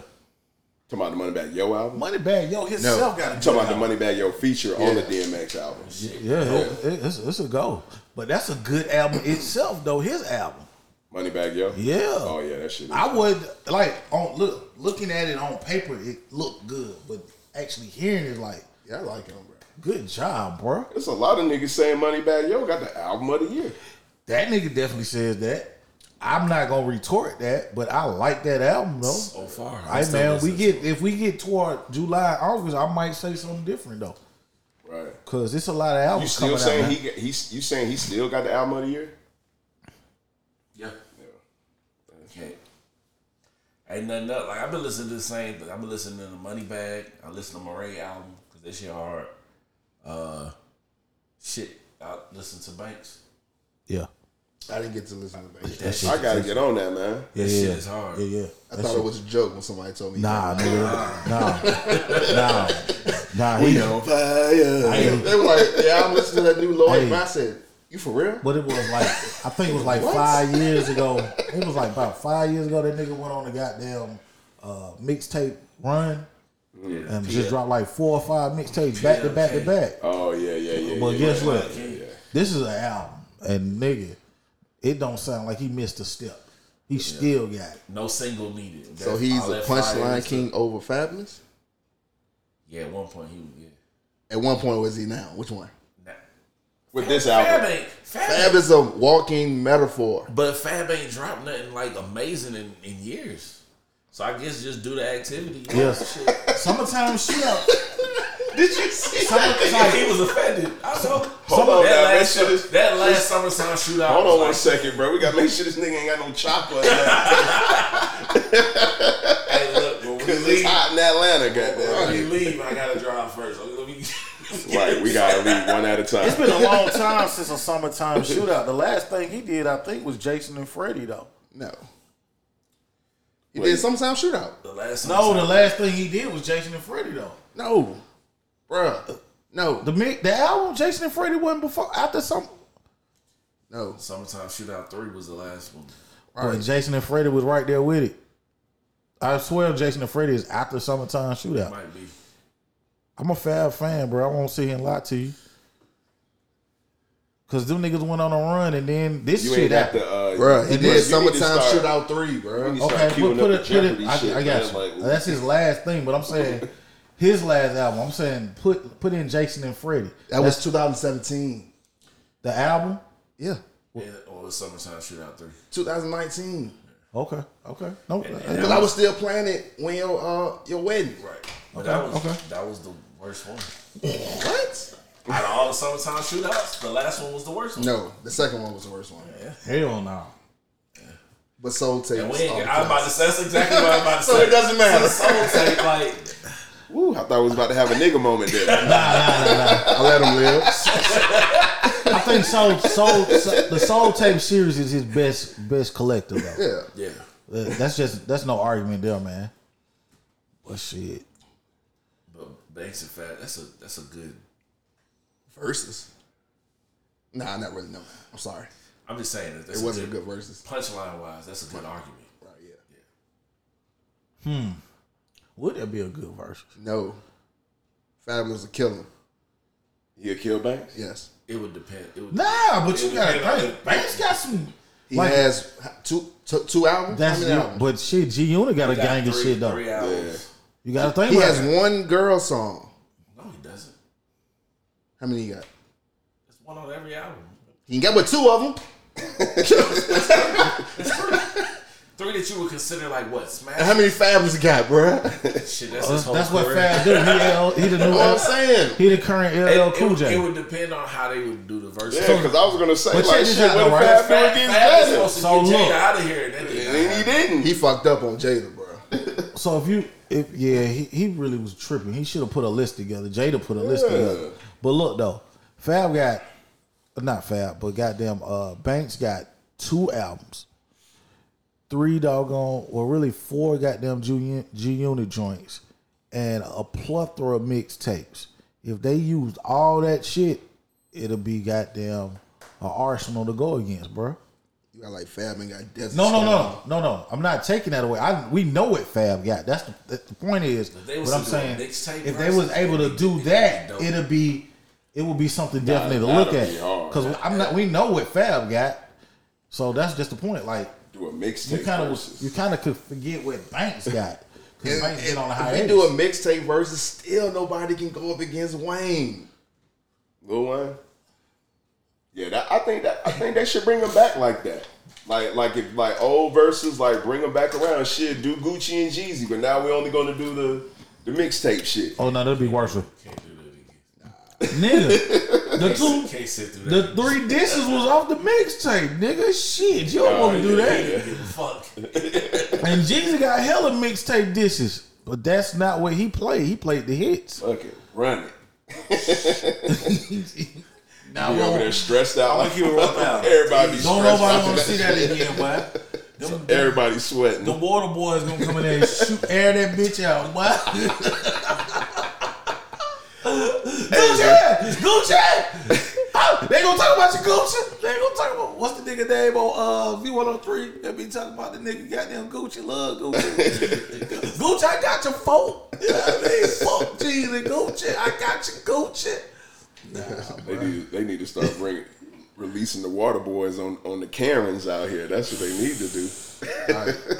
Talking about the Money Bag Yo album.
money bag, yo, himself got a
Talking
good
about the
album.
Money Bag Yo feature on the DMX album.
Shit
Yeah,
go.
it- it- it's, it's a goal, but that's a good album itself, though. His album,
Money Bag Yo.
yeah.
Oh yeah, that shit. Is,
I would like on look looking at it on paper, it looked good, but actually hearing it, like,
Yeah, I like him, bro.
good job, bro.
it's a lot of niggas saying Money Bag Yo got the album of the year.
That nigga definitely says that. I'm not gonna retort that, but I like that album though.
So far, I'm
Hey
still
man, we
listening
get if we get toward July, August, I might say something different though,
Right.
cause it's a lot of
You
albums
still
coming out.
saying
man.
he got- he's you saying he still got the album of the year?
Yeah. Can't. Ain't nothing up. Like I've been listening to the same, but I've been listening to the Money Bag. I listen to Murray album because that shit hard. Uh, shit. I listen to Banks.
yeah,
I didn't get to listen to the bag.
that shit.
I gotta get on that, man.
yeah,
That shit
yeah.
is hard.
Yeah, yeah.
I thought it was a joke when somebody told me. <laughs>
Nah, nigga, nah, nah, nah. He,
They
Hey.
were like, yeah, I'm listening to that new Lloyd.
Hey.
And I said, you for real?
But it was like I think it was like five years ago. It was like about five years ago that nigga went on the goddamn uh, mixtape run and just dropped like four or five mixtapes back to back to back.
Oh yeah, yeah, yeah.
But
yeah,
guess
yeah,
what?
Yeah, yeah.
This is an album, and nigga, it don't sound like he missed a step. He still got it.
No single needed.
So
That's
he's
all
a
that fire and
punchline
stuff.
king over Fabulous?
Yeah, at one point he was. Yeah.
At one point, was he now? Which one?
Nah.
With this
Fab
album,
ain't Fab.
Fab
ain't-
is a walking metaphor.
but Fab ain't dropped nothing like amazing in, in years. So I guess just do the activity.
Yes.
Shit.
Summertime shootout.
Did you see?
that?
he was offended. I know.
Hold
that,
on now, that
last,
shit is-
that last summertime shootout.
hold on
was
one
like,
second, bro. We gotta make sure this nigga ain't got no chopper. in there,
Hey, look, when we
Cause it's
leave,
hot in
when
Atlanta,
we
goddamn.
leave, I gotta drive first. Like, let me.
Right, we gotta leave one at a time.
It's been a long time since a summertime shootout. The last thing he did, I think, was Jason and Freddie though.
No. He did sometime shootout.
The last
No, the last thing he did was Jason and Freddie though.
No. Bruh. No.
The mi- the album Jason and Freddie wasn't before after some.
No.
summertime shootout three was the last one.
But Jason and Freddie was right there with it. I swear, Jason and Freddie is after summertime shootout.
Might be.
I'm a Fab fan, bro. I won't sit here and lie to you. Cause them niggas went on a run, and then this
You ain't
shit
got
happened.
the uh,
Bruh, he
you need
did
to
Summertime
start-
Shootout 3,
you need
bruh.
to start
Okay, put,
queuing
put it,
up the
put it.
Jeopardy
I,
shit,
I got
man.
you.
Like,
That's his last thing, but I'm
<laughs>
saying his last album. I'm saying put put in Jason and Freddie.
That was 2017.
The album.
Yeah.
Yeah, or it was summertime shootout three.
2019.
Okay, okay. No, uh,
Because I was still planning it when your, uh, your wedding.
Right. But that was
Okay, okay.
that was the worst one.
What?
Out of all the summertime shootouts, the last one was the worst one.
No, the second one was the worst one.
hell no.
But Soul Tapes.
And we
all
ain't,
the
I'm about to say that's exactly what I'm about to
<laughs> So
say.
it doesn't matter.
Oh, So the soul tape, like
Woo, I thought we was about to have a nigga moment there. <laughs>
I let him live. <laughs>
I think Soul, Soul, Soul- the Soul Tape series is his best best collective though.
Yeah.
yeah.
Uh, That's just that's no argument there, man. But shit,
But Banks and Fab, that's a that's a good.
Versus. Nah, not really. No, I'm sorry.
I'm just saying that that's
It wasn't a good versus.
punchline wise. That's a good argument.
Right, yeah.
would that be a good verse?
No. Fabulous will kill him.
He'll kill Banks.
Yes.
It would depend. It would,
Nah, but you
It
gotta
depend on
think.
the-
Banks got some.
He
Like-
has two two- two albums.
That's
How many albums?
but shit. G Unit got a
He got
gang of
three-
shit though.
Three albums.
You gotta think
He
about
has
it.
one girl song.
No, he doesn't.
How many he got?
It's one on every album.
He ain't got but two of them.
Three that you would consider like what? Smash?
How many fabs <laughs> you got, bro?
Shit, that's his
That's,
whole
Uh, that's what
career. Oh,
Fab do. He, L, he
<laughs>
the new
What <laughs> I'm
L,
saying.
he the current
It,
LL
it,
Cool
would-
J.
it would depend on how they would do the verse.
Yeah, because I was gonna say
But check
like
this
shit.
out,
What
though,
if
right?
Fab
Fab,
Fab gets
Fab is
better?
supposed to
So
get Jada
look.
out of here. And that
And
didn't
he didn't.
He fucked up on Jada, bro.
So if you, if yeah, he, he really was tripping. He should have put a list together. Jada put a list
Yeah.
together. But look though, Fab got not Fab, but goddamn uh, Banks got two albums, three doggone, well really four goddamn G G Unit joints, and a plethora of mixtapes. If they used all that shit, it'll be goddamn a arsenal to go against, bruh.
You got like Fab and got Desert.
No, no,
Storm.
no, no, no. I'm not taking that away. I we know what Fab got. That's the, that- the point is.
they was
What I'm
to do a
saying,
mixtape
if they
versus,
was able to do
it'd be
that,
dope.
it'll be it will be something definitely to look
that'll
at.
be hard.
Because I'm not. We know what Fab got. So that's just the point. Like
Do a
you
mixtape.
kind of
versus.
was you kind of could forget what Banks got because
And,
Banks
and
been on a
if we
hiatus.
do a mixtape versus, still nobody can go up against Wayne.
Lil Wayne. Yeah, that, I think that I think they should bring them back like that. Like like if like old verses, like bring them back around. Shit, do Gucci and Jeezy, but now we're only gonna do the the mixtape shit.
oh no, that'd be worse.
Can't do that again.
Nigga, the two.
Can't sit through
The
that.
three dishes was off the mixtape, nigga. Shit, you don't
Oh,
want to do
yeah,
that.
yeah.
Give a fuck.
And Jeezy got hella mixtape dishes, but that's not what he played. He played the hits.
Fuck it, run it.
<laughs> Now
You over there stressed out like
keep it real now.
<laughs> everybody. be
don't
stressed
nobody
out.
want to see that again, boy. Them, them,
<laughs> Everybody sweating.
them water boys gonna come in there and shoot, air that bitch out, boy. Gucci, <laughs> Gucci. Oh, they gonna talk about you, Gucci. They gonna talk about what's the nigga name on uh, V103? They be talking about the nigga goddamn Gucci, love Gucci. <laughs> Gucci, I got your folk. You know what I mean? Fuck Jesus, Gucci, I got your Gucci.
They need, they need to start bringing, releasing the water boys on, on the Karens out here. That's what they need to do.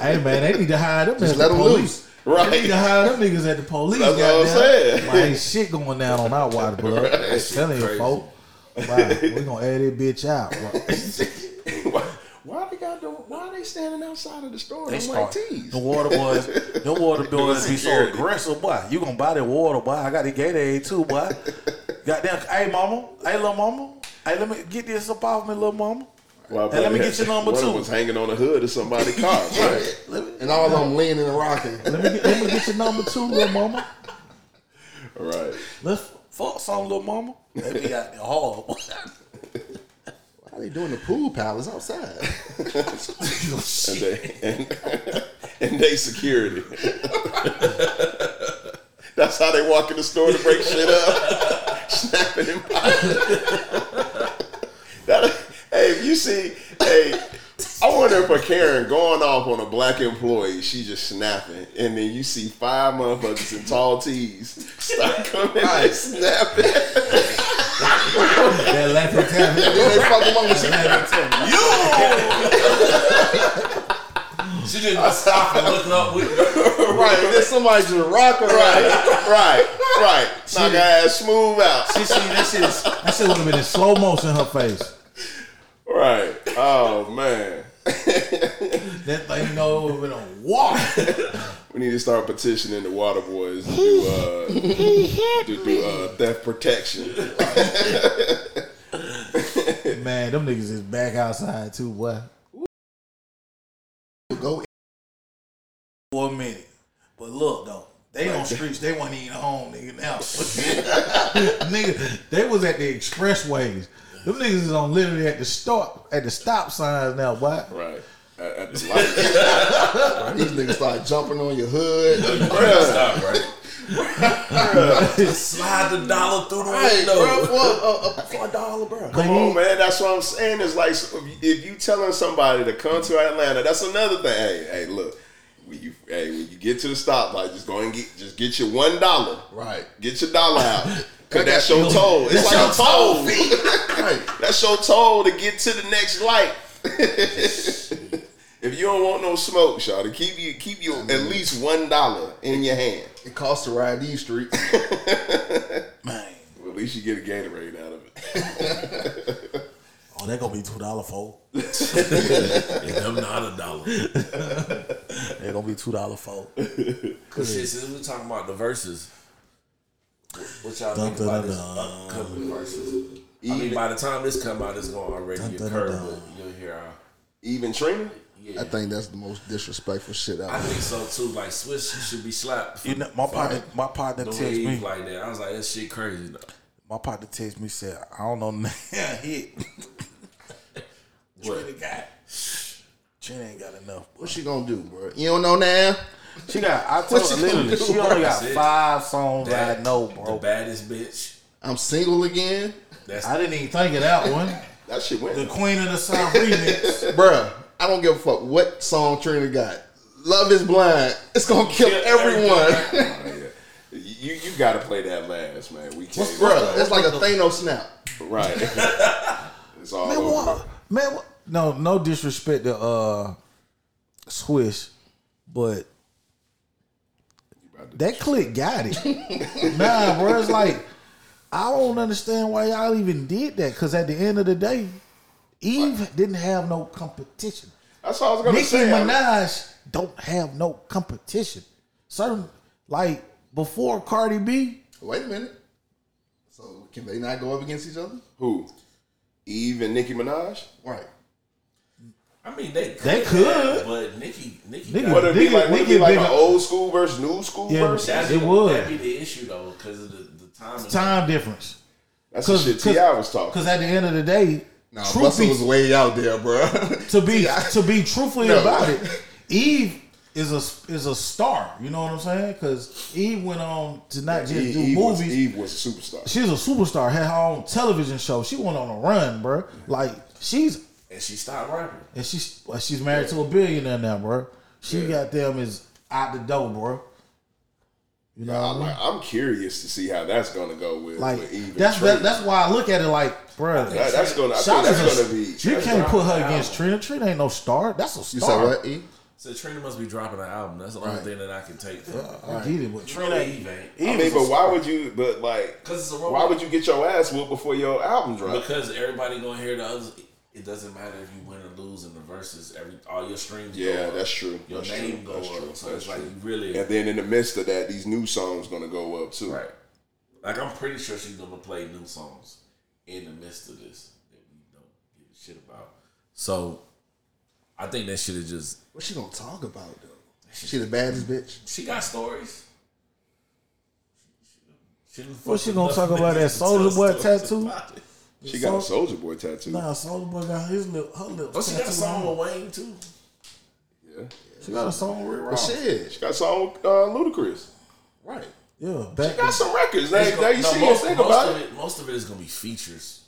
Hey man, they need to hire them Just
let
the
'em
police.
Right.
They need to hire them niggas at the police.
That's what I'm
goddamn.
saying.
Like, ain't shit going down on our water blood. I'm telling you,
crazy.
folk. Wow, we gonna air that bitch out. bro.
<laughs> why, why they got the, why they standing outside of the store? They like
start-
tees.
The water boys, the water boys be so
security.
aggressive, boy. You gonna buy that water, boy? I got the Gatorade too, boy. Goddamn, hey mama, hey little mama, hey let me get this up off me, little mama.
Well,
Hey, let me
probably
get your
had-
number
one of
two.
them was hanging on the hood of
<laughs>
somebody's car. Right.
And all of them leaning and rocking.
Let me get, let me get your number two, little mama.
right.
Let's fuck some, little mama. They be out there hard. boy.
How they doing the pool palace outside?
And they, and, and they security. That's how they walk in the store to break shit up. Snapping and popping. that, hey, if you see, hey, I wonder if a Karen going off on a black employee, she just snapping, and then you see five motherfuckers in tall tees start coming and snapping.
That laughing time.
Then they fuck along with you.
She didn't just stop and look up
<laughs>
with
Right, and then somebody just rocking
Right,
right.
right, right. Knock her ass smooth out.
She see that shit. is- That shit would have been in slow motion in her face.
Right. Oh man.
That thing, you know, would have been a walk.
We need to start petitioning the water boys to do, uh, to do uh, theft protection.
Man, them niggas is back outside too, boy.
Go
For a minute, but look though, they on streets. They wasn't even home, nigga. Now, <laughs> nigga, they was at the expressways. Them niggas is on literally at the stop at the stop signs now, boy.
Right. At, at the <laughs> light.
in. These niggas start jumping on
<laughs>
your hood.
Stop, right? Slide the dollar through the
Hey, bro,
window.
for, a- a- <laughs> for a dollar, bro.
Come on, man. That's what I'm saying. It's like so if you- if you telling somebody to come to Atlanta, that's another thing. Hey, hey, look. When you, hey, when you get to the stoplight, just go and get just get your one dollar.
Right.
Get your dollar <laughs> out. Cause that's your toll. It's like a toll.
Right.
That's your toll to get to the next light. <laughs> if you don't want no smoke, Shawty, keep you keep you at least one dollar in your hand.
It costs to ride these streets.
Man,
Well, at least you get a Gatorade out of it.
oh Oh, that gonna be two dollar four.
And I'm not a dollar.
That gonna be two dollar four.
Cause shit, since we talking about the verses, wh- what y'all think
Dun,
about
dun,
this
dun,
upcoming verses? I mean, by the time this come out, it's gonna already
Dun, dun,
occur,
dun.
but you'll hear our.
Even Trina?
Yeah,
I think that's the most disrespectful shit
I
out there.
think so too. Like Swiss should be slapped.
You know, my partner, my partner
the
texts
way he
me.
like that, I was like, that shit crazy. Though.
My partner texts me said, I don't know <laughs> nothing hit.
What?
got. She ain't got enough.
What she gonna do, bro? You don't know now.
She got. I told
What
her
you gonna
literally,
do,
she
bro?
only got
That's it.
five songs that I
That-
know,
The
bro.
baddest bitch.
I'm single again,
That's
I didn't even think of that one.
That shit went.
The Queen of the South remix.
Bruh, I don't give a fuck what song Trina got. Love is blind. It's gonna kill everyone,
Oh, yeah. You you gotta play that last, man. We can't.
Bruh, It's like a Thanos snap.
Right. <laughs> it's
<laughs>
all
Man,
over.
what? Man, what? no, no disrespect to uh, Swish, but that click got it. <laughs> nah, bro, it's like I don't understand why y'all even did that. Because at the end of the day, Eve didn't have no competition.
That's all I was gonna
Nicki
say. I mean,
Minaj don't have no competition. Certain like before Cardi B,
Wait a minute. So can they not go up against each other?
who? Eve and Nicki Minaj.
Right.
I mean, they could,
They could.
but Nikki, Nikki,
Nikki-
Would it be
Nicki-
like would it
Nicki
be like
bigger-
an old school versus new school
Yeah,
versus?
that's
It
the-
would.
that'd be the issue though, because of the the time. and-
time difference.
That's the shit Ti was talking.
Because at the end of the day,
Nah, Busta
truthfully,
was way out there, bruh.
to be
Yeah.
to be truthfully
No.
about it, Eve is a is a star. You know what I'm saying? Because Eve went on to not just
Eve,
do
Eve was,
movies.
Eve was a superstar.
She's a superstar. Had her own television show. She went on a run, bro. Like she's
and she stopped rapping.
and she's well, she's married to a billionaire now, bro. She got them is out the door, bro. You know, what I
I'm,
mean?
like, I'm curious to see how that's gonna go with, with Eve.
like
and
that's
Trina.
that, that's why I look at it like, bro.
That- that's gonna. I think
Shawna's
that's
a-
gonna be.
you
that's
can't
gonna-
put her against Trina. Trina ain't no star. That's a
<laughs> You said
star.
what? E?
So Trina must be dropping an album. That's the only thing that I can take. From. it.
I get it, but Trina
Trina Eve ain't.
I mean, but why would you? But like,
'Cause it's a
why
robot.
would you get your ass whooped before your album drops?
Because everybody gonna hear the others. It doesn't matter if you win or lose in the verses. Every all your streams. go
Yeah,
up.
that's true.
Your
that's
name go
true. That's
up.
true.
So
That's
it's like
true.
you really
And then in the midst of that, these new songs gonna go up too.
right. Like I'm pretty sure she's gonna play new songs in the midst of this that we don't give a shit about. So I think that should have just.
What she gonna talk about though? She the baddest bitch.
She got stories. She, she,
What she gonna talk
<laughs>
about, that Soulja Boy tattoo?
She got a Soldier Boy tattoo.
Nah, Soulja Boy got his lip, her lips.
But Oh, she got a
tattooed
song
on.
with Wayne too.
Yeah.
She got a song with Rick
But
Ross.
shit.
She got a song with uh, Ludacris.
Right.
Yeah, back.
Got some records. Now, now you
No, most,
see most, think
most
about
of
it.
it. Most of it is gonna be features.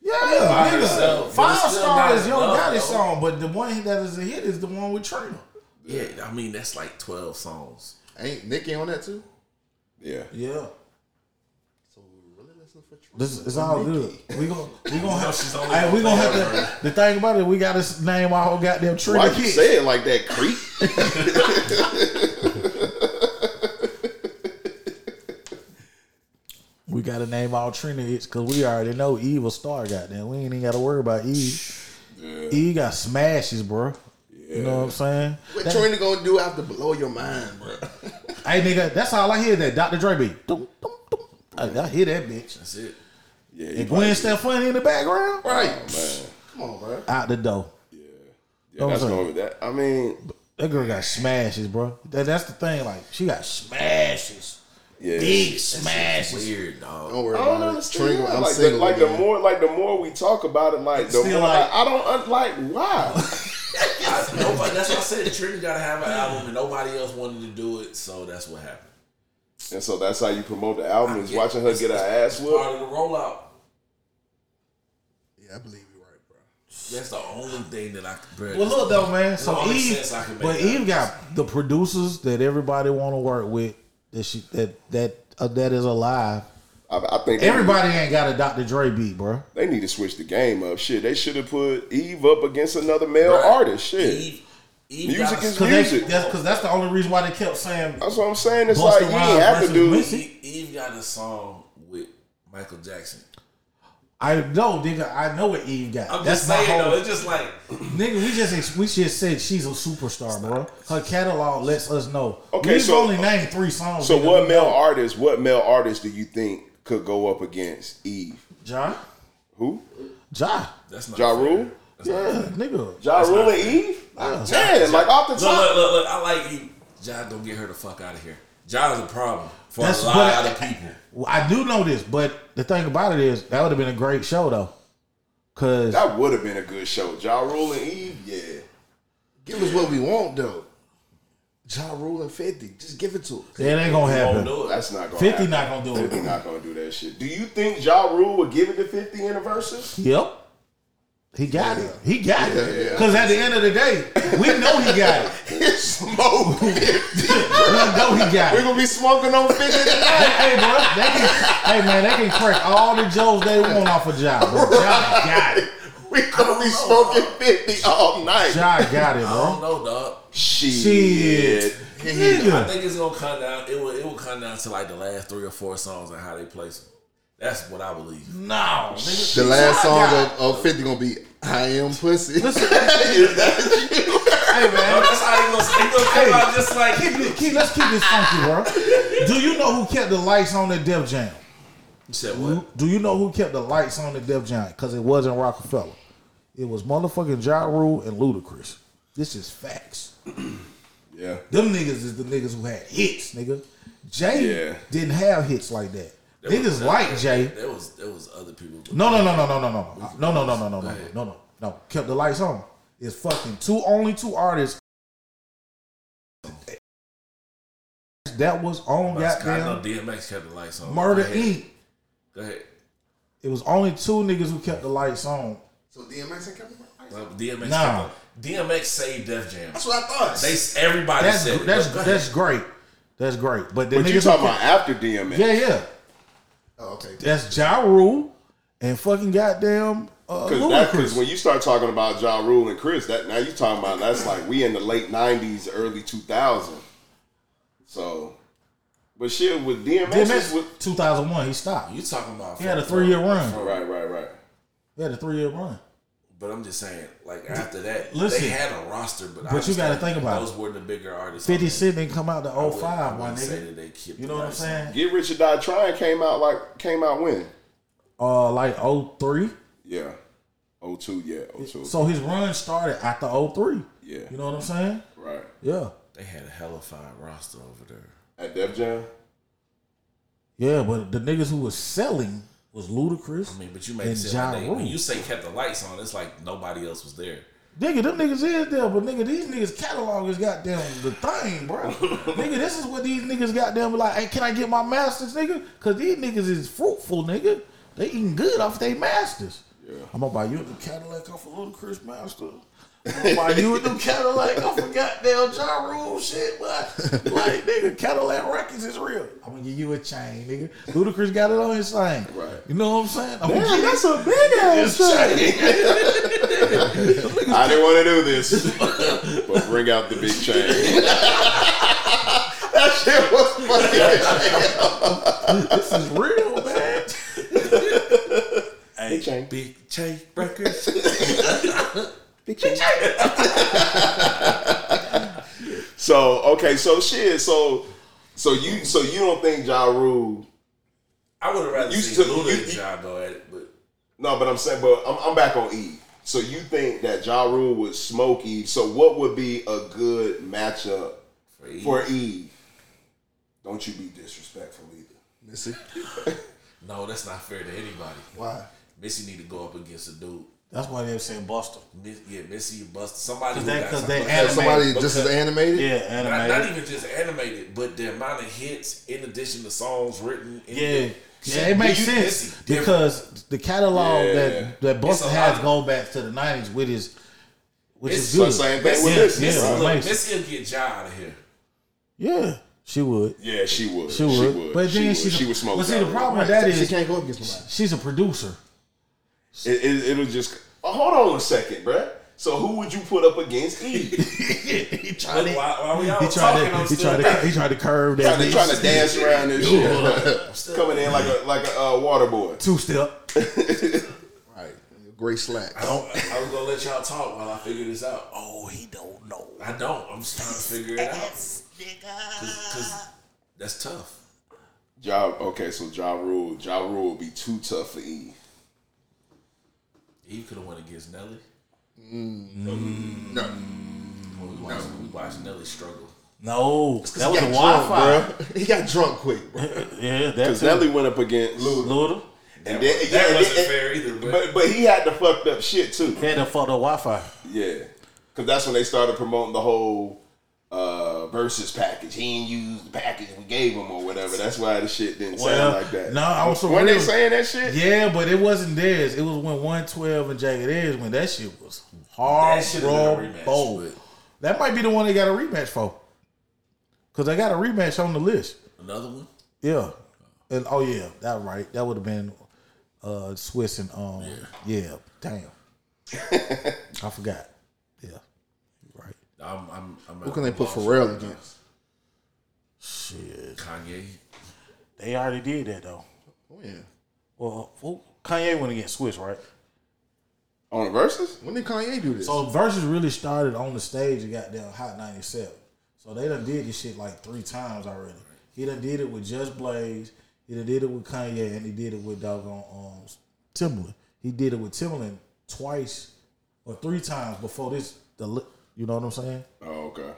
yeah,
by
nigga.
herself.
Five
But it's still
Star
not
is Young
enough,
Gotti
though.
song, but the one that is a hit is the one with Trina.
Yeah, I mean that's like
<laughs>
twelve songs.
Ain't Nikki on that too?
Yeah.
Yeah.
So we really listen for Trina.
This it's all good. We gon'
<laughs>
we gonna have
she's only
hey, we gonna
gonna
have
play
to. The thing about it, we gotta s- name our whole goddamn tree.
Why you say it like that, creep?
We gotta name all Trina hits because we already know Eve a star. Goddamn, we ain't even gotta worry about Eve. Eve got smashes, bro. You know what I'm saying?
What
That-
Trina gonna do after blow your mind, bro?
hey, nigga, that's all I hear. That Dr. Dre beat. Dum, dum, dum. I, I hear that bitch.
That's it.
Yeah.
And Gwen Stefani in the background,
Right.
Man.
Come on, bro.
out the door.
Yeah.
Know
Yeah.
what
That's
I'm saying?
going with that. I mean,
That girl got smashes, bro. That, that's the thing. Like she got smashes,
yeah.
big smashes.
Weird dog.
Don't worry
I don't
about it.
understand.
Trina, I'm
like the,
single
like the
again.
more like the more we talk about it, like the
Still
more
like-
like, I don't un- like why.
I, nobody, that's what I said. Trina got to have an album, and nobody else wanted to do it, so that's what happened.
and so that's how you promote the album is
Yeah,
watching her
it's-
get her
it's
ass whooped.
Part of the rollout.
Yeah, I believe you right, bro.
That's the only thing that I could. Bro,
Well, look though, man. So
only
Eve,
sense I can make
but
out
Eve
of
got the producers that everybody want to work with. That she that that uh, that is alive.
I, I think they-
Everybody ain't got a Dr. Dre beat, bro.
They need to switch the game up. Shit, they should have put Eve up against another male
Bruh,
artist. Shit,
Eve, Eve
Music
gotta-
is
Cause they,
Music.
that's because that's the only reason why they kept saying
that's what I'm saying. It's
Busta
like you
Rhymes
didn't have to
versus
do.
Missy.
Eve, Eve got a song with Michael Jackson.
I know, nigga. I know what Eve got.
I'm
That's
just
my
saying
whole.
though, it's just like
Nigga, we just we just said she's a superstar, bro. Her catalog lets us know.
Okay,
We've
so-
only named three songs.
So
nigga.
what male artist? What male artist do you think could go up against Eve?
Ja,
Who?
Ja,
that's not
Ja
fair.
Rule?
yeah, nigga.
Ja Rule and Eve? Man, like off the
Look,
top.
look, look, look, I like you. John, don't get her the fuck out of here. John's a problem for
That's
a
what
lot
I-
of people.
Well, I do know this, but the thing about it is that would have been a great show though, cause
That would have been a good show. Ja Rule and Eve? Yeah.
Give us what we want though. Ja Rule and 50. Just give it to us.
that ain't gonna
Won't
happen.
do it.
That's not gonna
Fifty
happen.
not gonna do
Fifty
it.
not gonna do that shit. Do you think Ja Rule would give it to Fifty in a versus?
Yep. He got it. He got it. Because at the end of the day, we know he
<laughs>
got it.
Smoke.
<laughs> We know he got it.
We're gonna be smoking on 50 tonight.
hey, bro, they can, hey man, they can crack all the jokes they want off of Ja, bro. Ja got it.
<laughs> We're gonna be smoking 50 all night.
Ja got it,
I don't
bro.
know, dog.
Shit.
Shit.
I
Nigga.
think it's gonna come down. It will. It will come down to like the last three or four songs and how they place them. That's what I believe.
No, nigga.
The
Ja
last song
got
of, of 50 gonna be I Am Pussy. <laughs>
it. Hey
Dog,
man.
That's how you gonna, it gonna come out just like
Keep it, keep, let's keep this funky, bro. Do you know who kept the lights on at Def Jam?
You said what?
Do you know who kept the lights on at Def Jam? Because it wasn't Rockefeller. It was motherfucking Ja Rule and Ludacris. This is facts.
Yeah.
Them niggas is the niggas who had hits, nigga. Jay
Yeah.
didn't have hits like that.
was-
niggas like Jay.
There was there was other people.
No, no, no, no, no, no, no, Uh, no, no, no, no, no, no, no, no, no. Kept the lights on. It's fucking two only two artists. That was on
That's kind
goddamn
of DMX kept the lights on.
Murder
Go ahead.
Inc.
Go ahead.
It was only two niggas who kept the lights on.
So DMX and Kevin Murray?
Well, DMX.
Nah.
kept the- DMX saved Def Jam.
That's what I thought.
They everybody
That's
said it.
that's
Go ahead.
that's great. That's great. But the
But you
niggas
talking
who
about after DMX?
kept- yeah, yeah.
oh, okay.
That's Ja Rule and fucking goddamn uh,
Because that, cause
Ludacris.
when you start talking about Ja Rule and Chris, that now you talking about that's like we in the late '90s, early 2000. So, but shit with DMX,
DMX
was,
2001, he stopped.
You talking about?
He had a three-year run.
right, right, right.
He had a three-year run.
But I'm just saying, like after that,
Listen.
they had a roster, but
But you gotta think about
those were the bigger artists.
50
I
Cent didn't come out to
wouldn't- I
05, my
wouldn't say
nigga.
that they kept
You
the
know what I'm
lights on.
saying?
Get Rich or Die Trying came out like came out when?
Uh, like 03.
Yeah, 02, yeah, 02,
So his run started after 03.
yeah,
You know what I'm saying?
right.
Yeah.
They had a hellified roster over there.
At Def Jam,
Yeah, but the niggas who was selling was ludicrous.
I mean, but you make
And
sense.
Ja
Like, when
Rule.
you say kept the lights on, it's like nobody else was there.
Nigga, them niggas is there, but nigga, these niggas catalog is goddamn the thing,
<laughs>
bro. nigga, this is what these niggas goddamn be like. Hey, can I get my masters, nigga? Cause these niggas is fruitful, nigga. They eating good off they masters.
Yeah.
I'm gonna buy you a new Cadillac off a little Chris Master. I'm gonna buy you a
<laughs>
new Cadillac off a goddamn Ja Rule shit, but like
<laughs>
nigga, Cadillac records is real. I'm gonna give you a chain, nigga. Ludacris got it on his thing.
Right.
You know what I'm saying? I'm
Damn,
gonna give
that's a big ass chain. I didn't want to do this,
<laughs>
but bring out the big chain. <laughs>
That shit was funny.
<laughs> this is real, man.
Hey,
chain.
Big Chain
<laughs>
Records.
So okay, so shit, so so you so you don't think Ja Rule?
I would have rather
You
seen
took-
Luda
you-
and
you-
Ja go at it, but
No, but I'm saying, but I'm, I'm back on Eve. So you think that Ja Rule would smoke Eve? So what would be a good matchup
for, Eve,
for Eve? Don't you be disrespectful either.
Missy.
no, that's not fair to anybody.
Why?
Missy need to go up against a dude.
That's why they were saying Buster.
Miss, yeah, Missy Buster, somebody who
they-
got
'cause
something.
they
Have somebody
Animated.
just as animated?
Yeah,
Not,
animated.
not even just animated, but the amount of hits in addition to songs written. In
yeah.
She-
Yeah, it makes
you-
sense
it's different.
because the catalog
Yeah.
that that Buster
It's a
has
lot.
gone back to the nineties with his, which
It's
is good.
So same thing with
Yeah,
this.
yeah.
Missy, look,
amazing.
Missy will get Ja out of here.
Yeah, she would.
Yeah, she would.
She would. But
she
then
would.
she's a-
she would smoke.
But see,
Ja
the
Rule.
problem with that
She
is
can't go up against nobody.
she's a producer.
<laughs>
It, it, it'll just. Oh, hold on a second, bruh. So who would you put up against E?
<laughs>
Eve?
he
Why,
tried
why we all
He
talking?
tried
I'm
to. He
still
tried to. He tried to curve that.
Trying to, trying to dance around this shit, <laughs>
still-
coming in like a like a uh, water boy.
Two step.
gray slacks.
Don't- I was gonna let y'all talk while I figure this out. Oh, he don't know. I don't. I'm just trying to figure it out. Cause, 'cause that's tough.
Ja, okay, so Ja Rule, Ja Rule would be too tough for E. Eve.
He could have went against Nelly.
Mm.
No,
We watched, we watched Nelly struggle.
No, that was a
got
wild fight.
drunk, <laughs> bro. He got drunk quick, bro.
Yeah,
Because
that's
Nelly went up against Lou.
Luda.
And
That,
then,
was,
yeah, and
not
then-
fair either. But,
But, but he had the fucked up shit too.
Had to fuck the Wi-Fi.
Yeah, because that's when they started promoting the whole uh versus package. He didn't use the package we gave him or whatever. That's why the shit didn't
Well,
sound like that.
no, I was so
when they
real.
saying that shit.
Yeah, but it wasn't theirs. It was when 112 and Jagged Edge when that shit was hard.
That
That,
should've been a rematch, but-
that might be the one they got a rematch for. Because they got a rematch on the list.
Another one.
Yeah. And oh yeah, that right. That would have been uh Swiss and um yeah. Damn. <laughs> I forgot. Yeah. Right.
I'm, I'm, I'm
Who can they put Pharrell against?
Shit.
Kanye.
They already did that though.
Oh yeah.
Well who- Kanye went against Swiss, right?
On the verses?
When did Kanye do this?
So Versus really started on the stage and got down Hot 97. So they done did this shit like three times already. He done did it with Just Blaze, he done did it with Kanye, and he did it with doggone um, Timbaland. He did it with Timbaland twice or three times before this. The li- You know what I'm saying?
Oh, okay.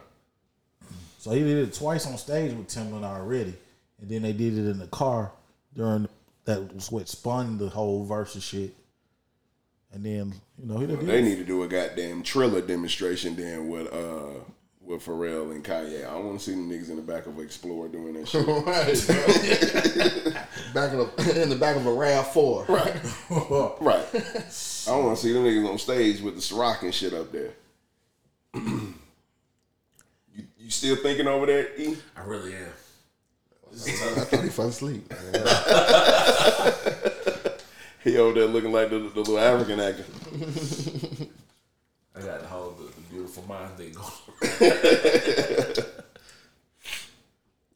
So he did it twice on stage with Timbaland already, and then they did it in the car during that was what spun the whole Versus shit. And then you know he done did
They need to do a goddamn Triller demonstration then with uh with Pharrell and Kanye. I want to see them niggas in the back of Explorer doing that
<laughs>
shit.
<laughs> Right,
<laughs>
bro. back in the <laughs> in the back of a Rav Four. Right.
<laughs>
right. I want to see them niggas on stage with the Ciroc and shit up there. <clears throat> you, you still thinking over there, E?
I really am.
I thought he fell asleep.
He over there looking like the, the little African actor.
I got the whole the, the beautiful mind thing going.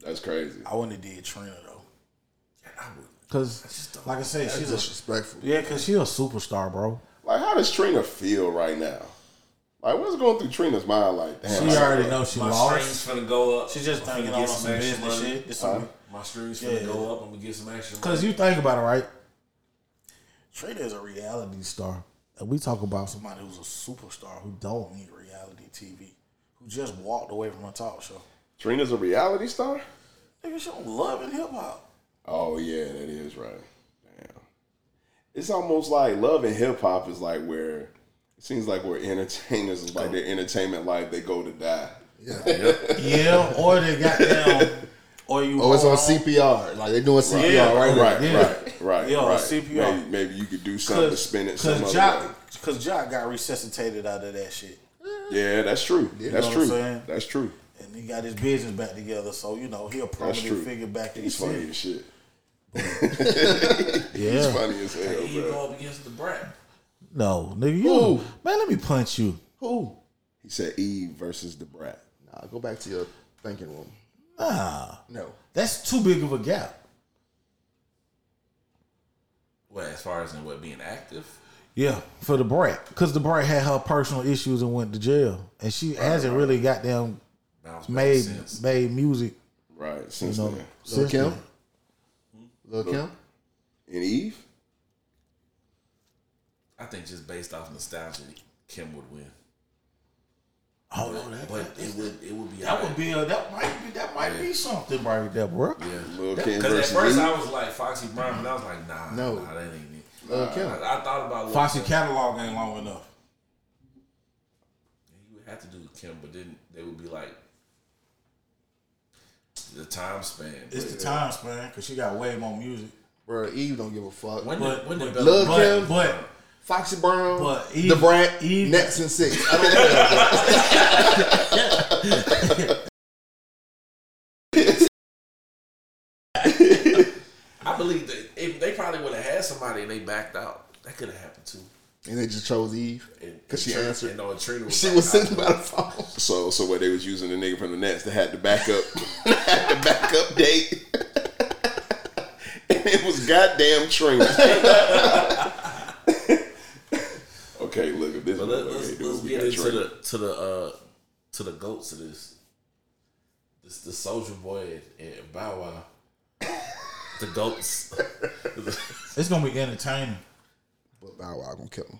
That's crazy.
I wouldn't have did Trina though.
I would.
Cause, like I said, she's a
Disrespectful.
yeah, cause she a superstar, bro.
Like, how does Trina feel right now? Like, what's going through Trina's mind? Like, damn,
She
I-
already knows she
My
lost.
stream's finna go up.
She's just
I'm finna
thinking on
get
some
extra
business
money.
shit. Uh, It's some-
My stream's finna
Yeah.
go up. I'm gonna get some action.
Cause you think about it, right? Trina is a reality star, and we talk about somebody who's a superstar who don't need reality TV, who just walked away from a talk show.
Trina's a reality star?
Nigga, she don't love and hip hop.
Oh, yeah, that is right. Damn. It's almost like love and hip hop is like where it seems like where entertainers, is like their entertainment life, they go to die.
Yeah.
Yeah, or they got down, or you.
Oh, it's on
hold
CPR. Like they're doing CPR
Yeah.
right now.
Right,
Yeah.
right, right.
Yeah,
right.
CPR.
Maybe, maybe you could do something to spin it some other way.
Jock, cause Jock got resuscitated out of that shit.
Yeah, that's true. that's
know what
true.
I'm saying?
That's true.
and he got his business back together. So you know he'll
That's
probably
true.
figure back to
He's
his
funny
shit.
as shit. He's
Yeah,
funny as hell,
you
bro.
go up against the brat.
no, nigga, you
Who?
man, let me punch you.
Who?
He said Eve versus the brat.
Nah, go back to your thinking room.
Nah,
No.
that's too big of a gap.
Well, as far as in what being active,
Yeah, for the brat, because the brat had her personal issues and went to jail, and she hasn't really got them
bounce back
made
sense.
made music.
Right. Since
You know,
then.
Lil
since
Kim.
then.
Lil Kim.
And Eve?
I think just based off nostalgia, Kim would win.
Oh no, that,
But it would it would be
that would be a, that might be that might be something right there, bro.
Lil Kim
Because at
versus
first
Eve?
I was like Foxy Brown, and I was like, nah,
No.
nah, that ain't it.
Lil Kim.
I, I thought about
Foxy
Lil Kim.
catalog ain't long enough.
You would have to do Kim, but then they would be like the time span.
It's the time span because she got way more music.
Bro, Eve don't give a fuck.
When
But-
did, when
but-
did Bella
Lil
Thorne-
But
Kim.
but
Foxy Brown.
But
the
Eve-
Brat.
Eve-
Nets and Six. I don't know.
I believe that if they probably would have had somebody and they backed out, that could have happened too.
<laughs> and they just chose
<laughs>
Eve.
And-
Because she
and Trina-
answered.
And on Trina was
She
like,
was
nah,
<laughs> sitting by the phone.
So, so what they was using the nigga from the Nets that had the backup, <laughs> had the backup date, <laughs> <laughs> and it was goddamn Trina.
But let, us
Hey,
let's
dude, we
get
got
into
Drake.
the to the uh to the goats of this. This the Soldier Boy and, and Bow Wow. the goats. <laughs>
It's gonna be entertaining.
But Bow Wow gonna kill him.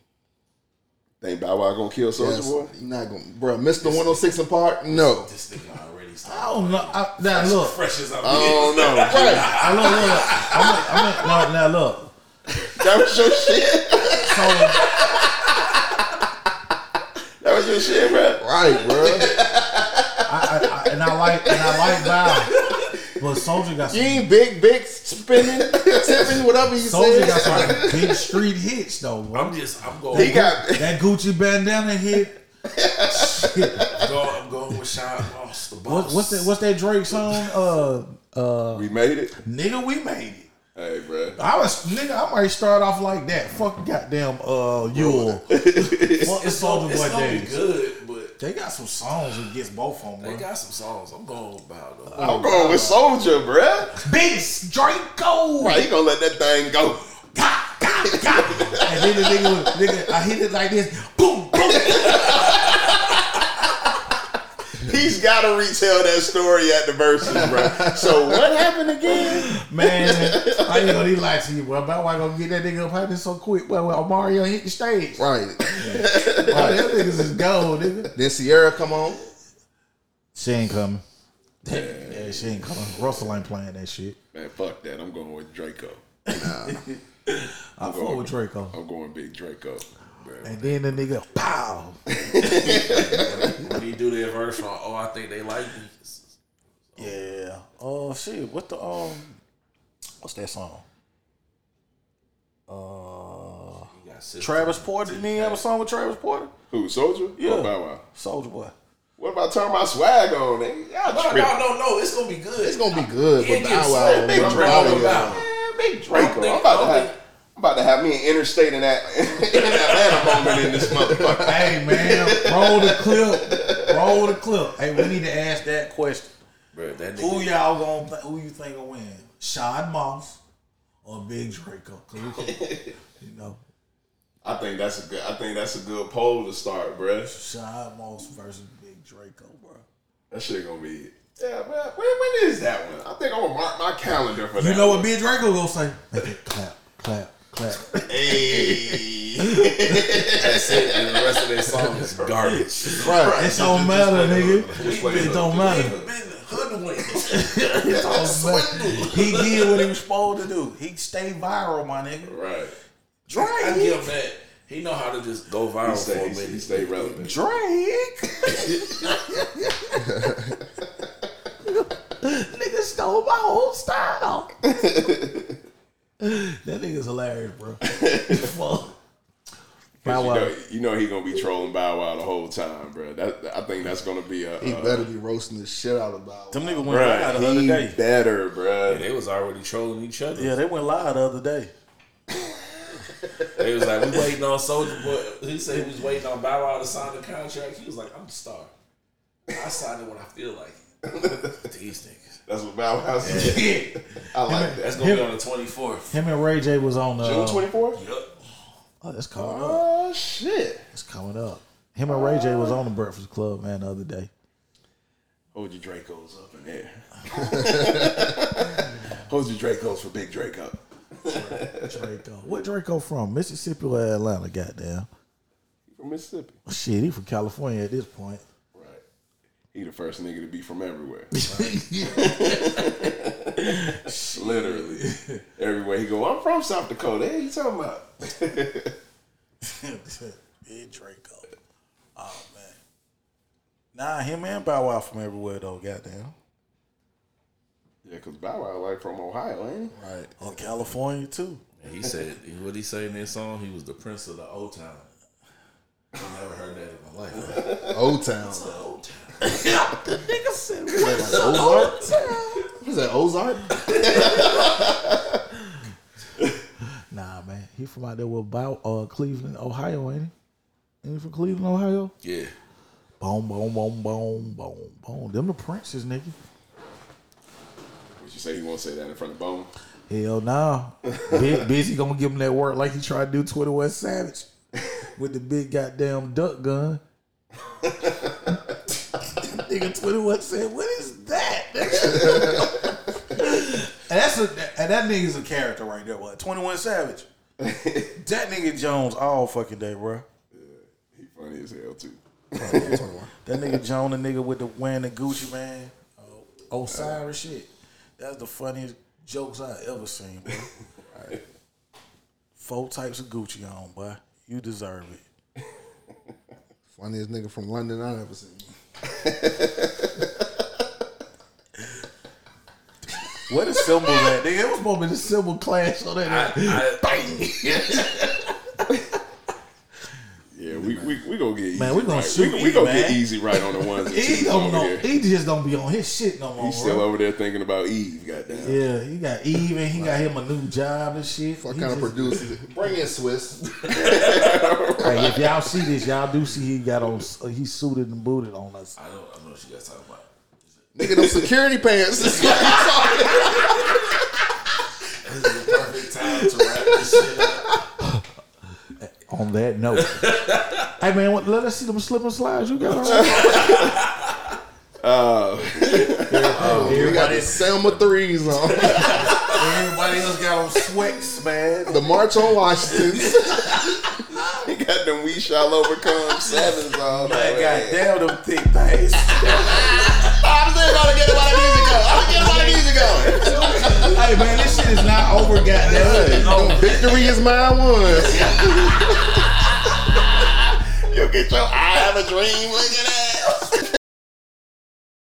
Think Bow Wow gonna kill Soldier
Yes,
Boy?
you not gonna, bro. Mr. 106 in oh Park? No.
this nigga already
I
started.
don't know. I, now look,
Fresh as I'm.
<laughs>
Oh no, right?
I look, look, look. I'm, i now, now look.
That was your shit,
So
That was your shit, bro.
<laughs> right, bro?
I, I, I and I like and I like Bow, but Soldier got
You
some,
ain't big, big spinning, tipping, whatever you
Soldier
say.
got some big street hits though. Bro.
I'm just I'm going.
<laughs> He
<laughs>
got <laughs>
That Gucci bandana hit. Shit.
I'm going, I'm going with Sean Moss, the boss.
What, what's that? What's that Drake song? Uh,
We made it.
nigga, we made it.
Hey, bro.
I was nigga. I might start off like that. Fuck goddamn. Uh, Yule. Fuck the
It's gonna,
Soldier
it's
Boy
gonna be
days.
good, but
They got some songs that gets both of
they
them. Bro.
got some songs. I'm going with Bow though.
I'm going with Soldier, bro.
Big Draco.
Right, he gonna let that thing go.
Ka, ka, ka. and then the nigga, would- nigga, I hit it like this. Boom, boom.
He's gotta retell that story at the verses, bro. So what happened again?
Man, I ain't gonna lie to you, bro. Bow Wow gonna get that nigga up out there so quick. Well, well, Mario hit the stage. Right.
right.
that niggas is gold, nigga.
Then Sierra come on.
She ain't coming. Yeah, she ain't coming. Russell ain't playing that shit.
Man, fuck that. I'm going with Draco.
I fuck with Draco.
I'm going big Draco.
And then the nigga, pow.
When he do their verse on, oh, I think they like me.
Yeah. Oh shit. What the um? What's that song?
He got six-
Travis Porter. Didn't he have a song with Travis Porter?
Who, Soldier? Oh,
Yeah.
Bow Wow.
Soldier Boy.
What about turn my swag on, nigga? Y'all
No, no,
tripping.
no, no. It's gonna be good.
It's gonna be good,
It
but
gets-
Bow Wow,
Big
bro,
Drake
Bow
on the
Wow.
Bow.
Man, big Draco.
think-
I'm about
I
to
don't
have. I'm about to have me an interstate in that <laughs> in Atlanta moment in this motherfucker.
Hey man, roll the clip. Roll the clip. Hey, we need to ask that question.
Bruh, that
Who
nigga,
y'all gonna th- who you think will win? Shad Moss or Big Draco? 'Cause we can- you know,
I think that's a good. I think that's a good poll to start, bruh.
Shad Moss versus Big Draco, bro.
That shit gonna be. Yeah, man. When, when is that one? I think I'm gonna mark my calendar for that.
You know what
one.
Big Draco gonna say? Make it clap, clap, clap.
Hey.
that's it. And the rest of their song is garbage.
Right.
It don't matter, nigga.
Just wait
It
up.
don't
He
matter.
been hoodwinked.
he did what he was supposed to do. He stayed viral, my nigga.
<laughs>
I
right.
Drake,
give him that. He know how to just go viral for
He
a
stay,
minute.
he stay relevant.
Drake. nigga stole my whole style. that nigga's hilarious, <laughs> bro. Fuck. Bow
You
Wow.
know, you know he gonna be trolling Bow Wow the whole time, bruh. That I think that's gonna be a.
He
uh,
better be roasting the shit out of Bow Wow.
nigga went
bruh, he better,
And
bruh.
They was already trolling each other.
Yeah, they went live the other day.
They was like, we waiting on Soldier Boy. He said he was waiting on Bow Wow to sign the contract. He was like, I'm the star. I sign it when I feel like it. These niggas.
That's what Bow Wow said. I like
That's
that.
gonna be on the 24th.
Him and Ray J was on uh,
<laughs> June twenty fourth.
Yup.
Oh, that's coming up.
Oh shit!
It's coming up. Him and Ray J was on the Breakfast Club, man, the other day.
Hold your Dracos up in
<laughs>
there. Hold your Dracos for Big Draco.
Draco. What Draco from? Mississippi or Atlanta, goddamn.
From Mississippi.
Shit, he from California at this point.
Right. He the first nigga to be from
<laughs>
everywhere. Literally.
<laughs>
Everywhere he go, I'm from South Dakota. Hey, you talking about?
Big Draco. Oh man. Nah, him and Bow Wow from everywhere though, goddamn.
Yeah, because Bow Wow like from Ohio, ain't
Right.
On California too.
And he said, what he say in that song? He was the prince of the old town. I never heard that in my life.
Old Town.
Old town.
Nigga said
Like Ozark? Is that Ozark?
<laughs> Nah man. He from out there with Bow uh Cleveland, Ohio, ain't he? Ain't he from Cleveland, Ohio?
Yeah.
Boom, boom, boom, boom, boom, boom. Them the princes, nigga.
he? Would you say he won't say that in front of Bone?
Hell nah. Big Busy gonna give him that work like he tried to do 21 Savage. with the big goddamn duck gun. nigga 21 said, What is that? <laughs> and that's a and that nigga's a character right there, what? 21 Savage. that nigga Jones all fucking day, bro.
He funny as hell too.
That nigga Jones, the nigga with the wearing the Gucci man. Oh, Osiris shit. That's the funniest jokes I ever seen, bro. Four types of Gucci on, boy. You deserve it.
Funniest nigga from London I ever seen.
What a symbol that nigga. It was supposed to be the symbol clash on that.
I,
Yeah, we we, we gonna get easy
Man, we gonna
right.
shoot
we,
me,
we gonna get
man.
easy right on the ones and
<laughs> he
twos
don't
over
know.
here.
He just don't be on his shit no more.
He's still
bro.
over there thinking about Eve. Goddamn.
Yeah, he got Eve and he got him a new job and shit.
What
He
kind of
just-
producer? Bring in Swiss.
Hey, if y'all see this, y'all do see he got on. uh, He suited and booted on us.
I don't I don't know what you guys talking about.
nigga, them security pants. <laughs> That's what I'm talking about.
This is the perfect time to wrap this shit up.
On that note, <laughs> hey man, what, let us see them slip and slides you got on.
We got the Selma threes on.
Everybody else got on sweats, man.
the March on Washington's.
<laughs> He got them we shall
<laughs>
overcome sevens on.
Man,
<laughs>
goddamn them thick things.
I'm still gonna get about a music go. I'm gonna get about a music go.
hey man, this shit is not over. Goddamn.
Victory is mine once.
You get your
<laughs>
I have a dream. Look at that.